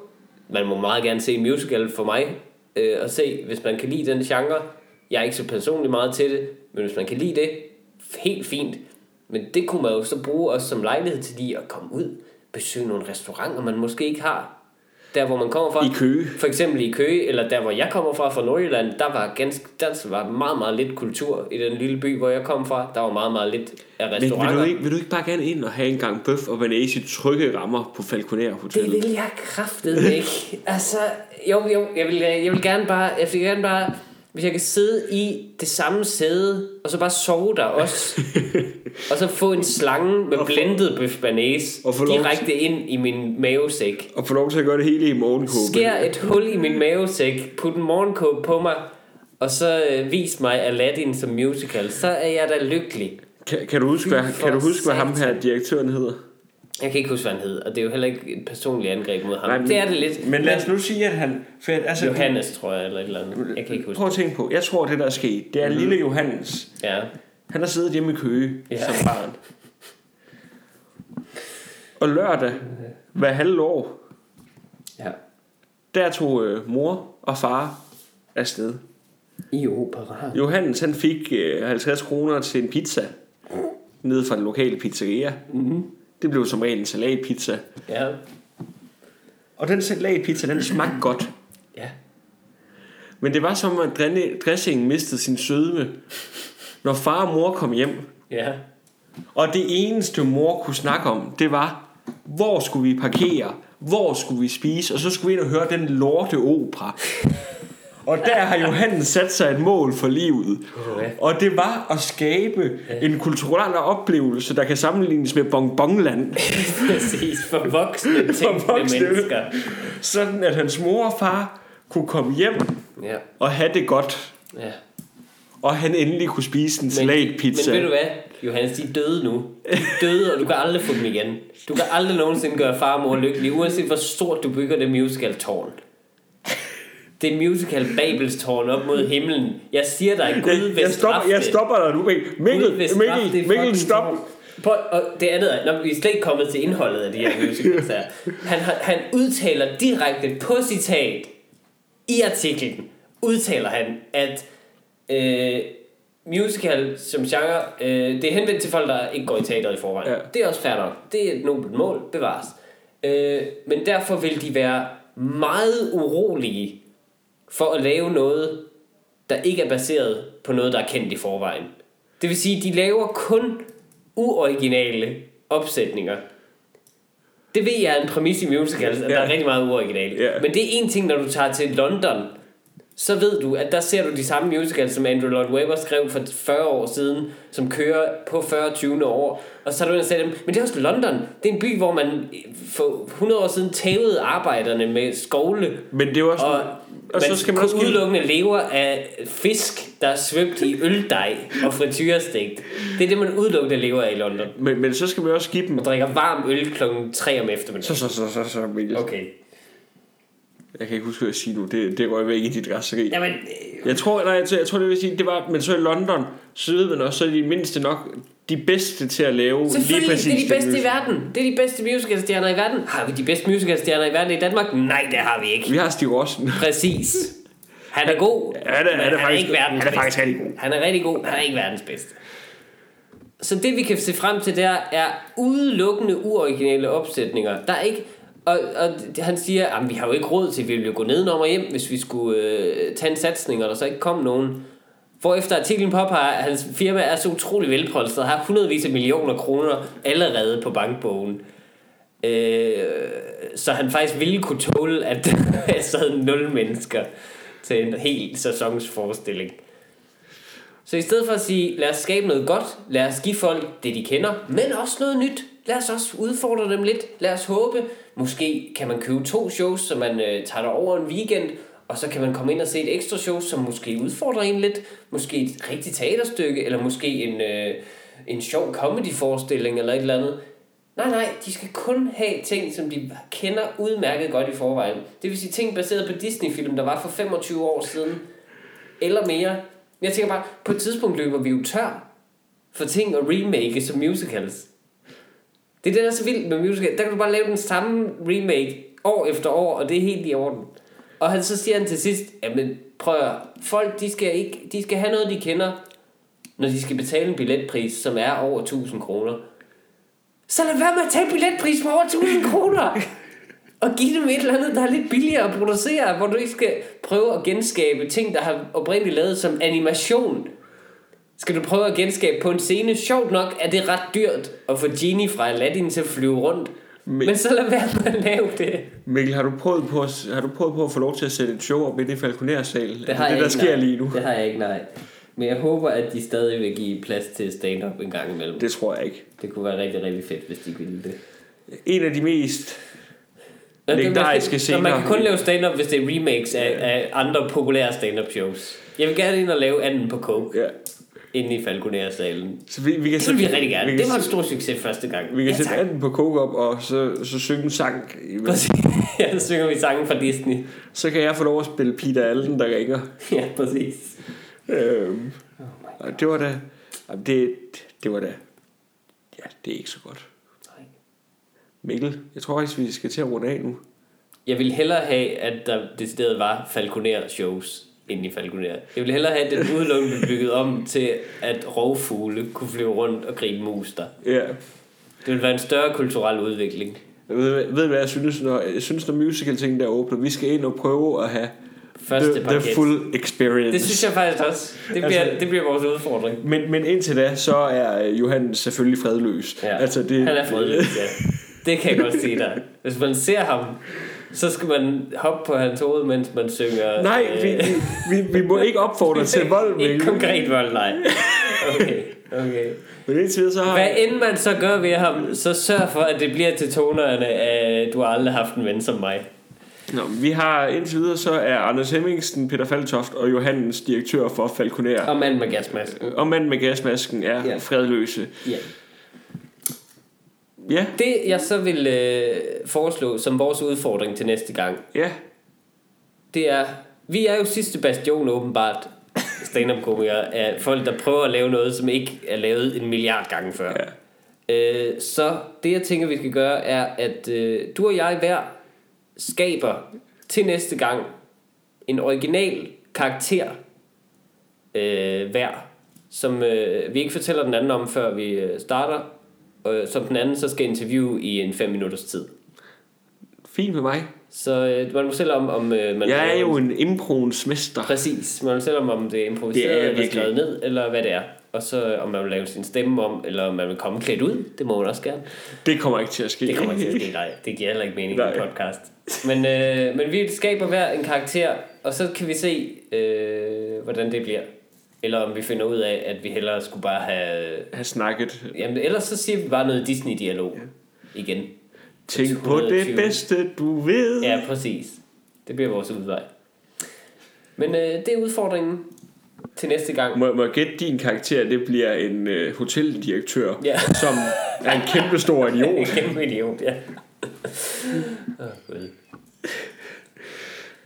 Speaker 1: man må meget gerne se en musical for mig, øh, og se, hvis man kan lide den genre. Jeg er ikke så personligt meget til det, men hvis man kan lide det, helt fint. Men det kunne man jo så bruge også som lejlighed til lige at komme ud, besøge nogle restauranter, man måske ikke har. Der, hvor man kommer fra.
Speaker 2: I Køge.
Speaker 1: For eksempel i Køge, eller der, hvor jeg kommer fra, fra Nordjylland, der var, ganske, der var meget, meget lidt kultur i den lille by, hvor jeg kom fra. Der var meget, meget lidt af
Speaker 2: Men vil
Speaker 1: restauranter.
Speaker 2: du, ikke, vil du ikke bare gerne ind og have en gang bøf og banage i trygge rammer på Falconer
Speaker 1: Det
Speaker 2: Hotel?
Speaker 1: vil jeg kraftedeme ikke. Altså, jo, jo, jeg vil, jeg vil gerne bare, jeg vil gerne bare, hvis jeg kan sidde i det samme sæde, og så bare sove der også, og så få en slange med blendet bøf banæs
Speaker 2: og få lov til-
Speaker 1: direkte ind i min mavesæk.
Speaker 2: Og få lov til at gøre det hele i morgenkåben.
Speaker 1: Skær et hul i min mavesæk, put en morgenkåb på mig, og så øh, vis mig Aladdin som musical, så er jeg da lykkelig.
Speaker 2: Kan, kan, du huske, hvad,
Speaker 1: Fy
Speaker 2: kan du
Speaker 1: for
Speaker 2: huske, hvad ham
Speaker 1: satan.
Speaker 2: her direktøren hedder?
Speaker 1: Jeg kan ikke huske, hvad han hed, og det er jo heller ikke et personligt angreb mod ham. Nej,
Speaker 2: Nej, men-
Speaker 1: det er det lidt.
Speaker 2: Men lad os nu sige, at han... For, at- altså,
Speaker 1: Johannes, tror jeg, eller et eller andet. Jeg kan ikke huske.
Speaker 2: Prøv at tænke på, jeg tror, det der er sket, det er mm. lille Johannes.
Speaker 1: Ja.
Speaker 2: Han har siddet hjemme i Køge
Speaker 1: Ja.
Speaker 2: ja. som barn. Og lørdag, hver halve år,
Speaker 1: ja.
Speaker 2: der tog øh, mor og far afsted.
Speaker 1: I opera.
Speaker 2: Johannes han fik øh, 50 kroner til en pizza nede fra den lokale pizzeria. Mm-hmm. Det blev som regel en salatpizza.
Speaker 1: Ja.
Speaker 2: Og den salatpizza, den smagte godt.
Speaker 1: Ja.
Speaker 2: Men det var som om, at drenni- dressingen mistede sin sødme, når far og mor kom hjem.
Speaker 1: Ja.
Speaker 2: Og det eneste mor kunne snakke om, det var, hvor skulle vi parkere? Hvor skulle vi spise? Og så skulle vi ind og høre den lorte opera. Og der har Johannes sat sig et mål for livet. Og det var at skabe en kulturel oplevelse, der kan sammenlignes med bonbonland.
Speaker 1: Præcis. For voksne tænkende
Speaker 2: For voksne.
Speaker 1: mennesker.
Speaker 2: Sådan at hans mor og far kunne komme hjem
Speaker 1: Ja.
Speaker 2: og have det godt.
Speaker 1: ja.
Speaker 2: Og han endelig kunne spise en
Speaker 1: Men ved du
Speaker 2: salatpizza.
Speaker 1: hvad, Johannes, de er døde nu. De er døde, og du kan aldrig få dem igen. Du kan aldrig nogensinde gøre far og mor lykkelige, uanset hvor stort du bygger det musical-tårn. Det musical Babelstårn op mod himlen. Jeg siger dig, Gud vil
Speaker 2: Jeg, jeg,
Speaker 1: straffe
Speaker 2: stopper, jeg
Speaker 1: det.
Speaker 2: stopper dig nu, Mikkel. Mikkel,
Speaker 1: Gud vil straffe
Speaker 2: Mikkel,
Speaker 1: det
Speaker 2: Mikkel,
Speaker 1: fucking
Speaker 2: stop.
Speaker 1: tårn. Prøv, og det andet er, når vi er slet ikke kommet til indholdet af de her musicals her. Han, han, han udtaler direkte på citat i artiklen, udtaler han, at øh, musical som genre, øh, det er henvendt til folk, der ikke går i teateret i forvejen.
Speaker 2: Ja.
Speaker 1: Ja. Det er også fair nok. Det er et nobelt mål, bevares. Øh, men derfor vil de være meget urolige for at lave noget, der ikke er baseret på noget, der er kendt i forvejen. Det vil sige, de laver kun uoriginale opsætninger. Det ved jeg er en præmis i musicals, at ja. der
Speaker 2: Ja.
Speaker 1: er rigtig meget uoriginale.
Speaker 2: Ja.
Speaker 1: Men det er en ting, når du tager til London, så ved du, at der ser du de samme musicals, som Andrew Lloyd Webber skrev for 40 år siden, som kører på 40. 20. år. Og så er du inde og sagde dem, men det er også London. Det er en by, hvor man for 100 år siden tævede arbejderne med skovle
Speaker 2: Men det var også...
Speaker 1: og, og så skal man
Speaker 2: også
Speaker 1: kun udelukkende lever af fisk, der er svøbt i øldej og frityrestegt. Det er det, man udelukkende lever af i London.
Speaker 2: Men, men så skal vi også give dem...
Speaker 1: Man drikker varm øl klokken 3 om eftermiddagen.
Speaker 2: Så, så, så, så, så, Mikkel. Okay.
Speaker 1: Okay.
Speaker 2: Jeg kan ikke huske, hvad jeg siger nu. Det, det går væk i dit græsseri. Ja.
Speaker 1: Jamen, øh,
Speaker 2: Jeg tror, nej, jeg, tror- jeg tror, det vil sige, det var, men så i London, så ved man også, så er de mindste nok de bedste til at lave lige
Speaker 1: selvfølgelig,
Speaker 2: præcis
Speaker 1: det er de
Speaker 2: den
Speaker 1: bedste i
Speaker 2: løsning.
Speaker 1: verden. Det er de bedste musicalstjerner i verden. Har vi de bedste musicalstjerner i verden i Danmark? Nej, det har vi ikke.
Speaker 2: Vi har Stig Rossen.
Speaker 1: Præcis. Han er god,
Speaker 2: Ja, han er,
Speaker 1: men
Speaker 2: han er,
Speaker 1: han er
Speaker 2: faktisk,
Speaker 1: ikke verdens
Speaker 2: han er
Speaker 1: bedste.
Speaker 2: faktisk rigtig god.
Speaker 1: Han er rigtig god, han er ikke verdens bedste. Så det vi kan se frem til der er udelukkende uoriginale opsætninger. Der er ikke og, og han siger, at vi har jo ikke råd til, at vi ville jo gå nedenom og hjem, hvis vi skulle øh, tage en satsning, og der så ikke kom nogen. Hvorefter artiklen påpeger, at hans firma er så utrolig velpolstret, har hundredvis af millioner kroner allerede på bankbogen. Øh, så han faktisk ville kunne tåle, at der sad nul mennesker til en hel sæsonsforestilling. Så i stedet for at sige, lad os skabe noget godt, lad os give folk det, de kender, men også noget nyt. Lad os også udfordre dem lidt. Lad os håbe, måske kan man købe to shows, så man øh, tager dig over en weekend, og så kan man komme ind og se et ekstra show, som måske udfordrer en lidt. Måske et rigtigt teaterstykke, eller måske en, øh, en sjov comedy-forestilling, eller et eller andet. Nej, nej, de skal kun have ting, som de kender udmærket godt i forvejen. Det vil sige ting baseret på Disney-film, der var for 25 år siden eller mere. Men Jeg tænker bare, på et tidspunkt løber vi jo tør for ting at remake som musicals. Det er det, der er så vildt med musicals. Der kan du bare lave den samme remake år efter år, og det er helt i orden. Og han, så siger han til sidst, jamen prøv at høre, folk de skal, ikke, de skal have noget, de kender, når de skal betale en billetpris, som er over 1000 kroner. Så lad være med at tage en billetpris på over 1000 kroner! Og give dem et eller andet, der er lidt billigere at producere, hvor du ikke skal prøve at genskabe ting, der har oprindeligt lavet som animation. Skal du prøve at genskabe på en scene? Sjovt nok er det ret dyrt at få Genie fra Aladdin til at flyve rundt. Men,
Speaker 2: Men-
Speaker 1: Men så lad være med at lave det.
Speaker 2: Mikkel, har du, prøvet på at, har du prøvet på at få lov til at sætte et show op i det falconer-sal? Altså,
Speaker 1: Det har
Speaker 2: det,
Speaker 1: jeg
Speaker 2: der
Speaker 1: ikke,
Speaker 2: sker
Speaker 1: nej.
Speaker 2: lige nu.
Speaker 1: Det har jeg ikke, nej. Men jeg håber, at de stadig vil give plads til stand-up en gang imellem. Det,
Speaker 2: Det tror jeg ikke.
Speaker 1: det kunne være rigtig, rigtig fedt, hvis de ville det.
Speaker 2: En af de mest...
Speaker 1: Nå, det-
Speaker 2: Legendariske
Speaker 1: man kan-
Speaker 2: scener.
Speaker 1: Nå, Man kan kun lave stand-up, hvis det er remakes af, af andre populære stand-up shows. Jeg vil gerne ind og lave anden på Coke,
Speaker 2: Ja.
Speaker 1: inde i Falconer-salen.
Speaker 2: Så vi, vi kan
Speaker 1: Det vil vi rigtig
Speaker 2: Vi
Speaker 1: gerne.
Speaker 2: kan,
Speaker 1: Det var en stor succes første gang.
Speaker 2: vi kan
Speaker 1: ja,
Speaker 2: sætte
Speaker 1: tak.
Speaker 2: anden på coke op, og så, så synge en sang. imens.
Speaker 1: Præcis. Ja, så synger vi sangen fra Disney.
Speaker 2: Så kan jeg få lov at spille Peter Allen, der ringer.
Speaker 1: Ja, præcis.
Speaker 2: Øhm, og det var da... Jamen, Det, det var da... Ja, det er ikke så godt.
Speaker 1: Nej.
Speaker 2: Mikkel, jeg tror faktisk, vi skal til at runde af nu.
Speaker 1: Jeg ville hellere have, at der decideret var Falconer-shows inde i Falconer. Jeg ville hellere have, at den udelukkende blev bygget om til, at rovfugle kunne flyve rundt og grine mus der.
Speaker 2: Ja.
Speaker 1: Det ville være en større kulturel udvikling.
Speaker 2: Ved, ved du, hvad jeg synes, når, jeg synes, når musical-ting der åbner, vi skal ind og prøve at have
Speaker 1: Første
Speaker 2: the,
Speaker 1: parket.
Speaker 2: the full experience.
Speaker 1: Det synes jeg faktisk også. Det bliver, altså, det bliver vores udfordring.
Speaker 2: Men, men indtil da, så er øh, Johan selvfølgelig fredløs.
Speaker 1: Ja.
Speaker 2: Altså, det,
Speaker 1: Han er fredløs, ja. Det kan jeg godt sige dig. Hvis man ser ham, så skal man hoppe på hans hoved, mens man synger... øh,
Speaker 2: Nej, vi, vi, vi, vi må ikke opfordre til vold,
Speaker 1: Ikke
Speaker 2: Mikkel.
Speaker 1: konkret vold, nej. Okay, okay.
Speaker 2: Men indtil videre, så har
Speaker 1: Hvad end man så gør ved ham, så sørg for, at det bliver til tonerne af, du har aldrig haft en ven som mig.
Speaker 2: Nå, men vi har indtil videre, så er Anders Hemmingsen, Peter Faltoft og Johannes direktør for Falconer.
Speaker 1: Og mand med gasmask.
Speaker 2: Og manden med gasmasken er
Speaker 1: Ja.
Speaker 2: fredløse.
Speaker 1: Ja.
Speaker 2: Ja,
Speaker 1: Det, jeg så vil øh, foreslå som vores udfordring til næste gang,
Speaker 2: ja.
Speaker 1: det er, vi er jo sidste bastion åbenbart, stand komikere af folk, der prøver at lave noget, som ikke er lavet en milliard gange før.
Speaker 2: ja.
Speaker 1: Øh, så det, jeg tænker, vi skal gøre, er, at øh, du og jeg hver skaber til næste gang en original karakter øh, hver, som øh, vi ikke fortæller den anden om, før vi øh, starter, øh, som den anden så skal interviewe i en 5 minutters tid.
Speaker 2: Fint med mig.
Speaker 1: Så øh, man må selv om, om øh, man
Speaker 2: Jeg er jo en improens mester.
Speaker 1: Præcis. Man vil selv om, om det er improviseret,
Speaker 2: Det er
Speaker 1: det er eller
Speaker 2: virkelig.
Speaker 1: skrevet ned, eller hvad det er. Og så øh, om man vil lave sin stemme om, eller om man vil komme klædt ud. Det må man også gerne.
Speaker 2: Det kommer ikke til at ske.
Speaker 1: Det kommer ikke til at ske, nej. Det giver heller ikke mening i
Speaker 2: Nej.
Speaker 1: en podcast. Men, øh, men vi skaber hver en karakter, og så kan vi se, øh, hvordan det bliver. Eller om vi finder ud af, at vi hellere skulle bare have...
Speaker 2: Have snakket.
Speaker 1: Jamen, ellers så siger vi bare noget Disney-dialog igen.
Speaker 2: Tænk på det
Speaker 1: 120.
Speaker 2: bedste, du ved.
Speaker 1: Ja, præcis. Det bliver vores udvej. Men øh, det er udfordringen til næste gang.
Speaker 2: Må, må jeg gætte din karakter, det bliver en øh, hoteldirektør,
Speaker 1: Ja.
Speaker 2: som er en kæmpe stor
Speaker 1: En
Speaker 2: idiot.
Speaker 1: kæmpe idiot, ja. Åh, Gud.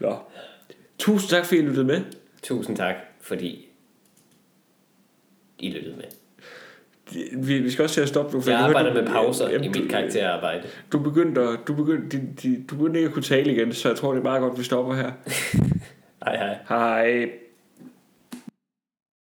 Speaker 2: Nå. Tusind tak, fordi I lyttede med.
Speaker 1: Tusind tak, fordi I lyttede med.
Speaker 2: Vi, vi skal også til at stoppe nu. for
Speaker 1: Jeg
Speaker 2: kan høre,
Speaker 1: arbejder
Speaker 2: du-
Speaker 1: med pauser i
Speaker 2: Jamen,
Speaker 1: mit
Speaker 2: du-
Speaker 1: karakterarbejde.
Speaker 2: Du begyndte, at, du, begyndte, di, di, du begyndte ikke at kunne tale igen, så jeg tror, det er meget godt, vi stopper her.
Speaker 1: Hej hej.
Speaker 2: Hej.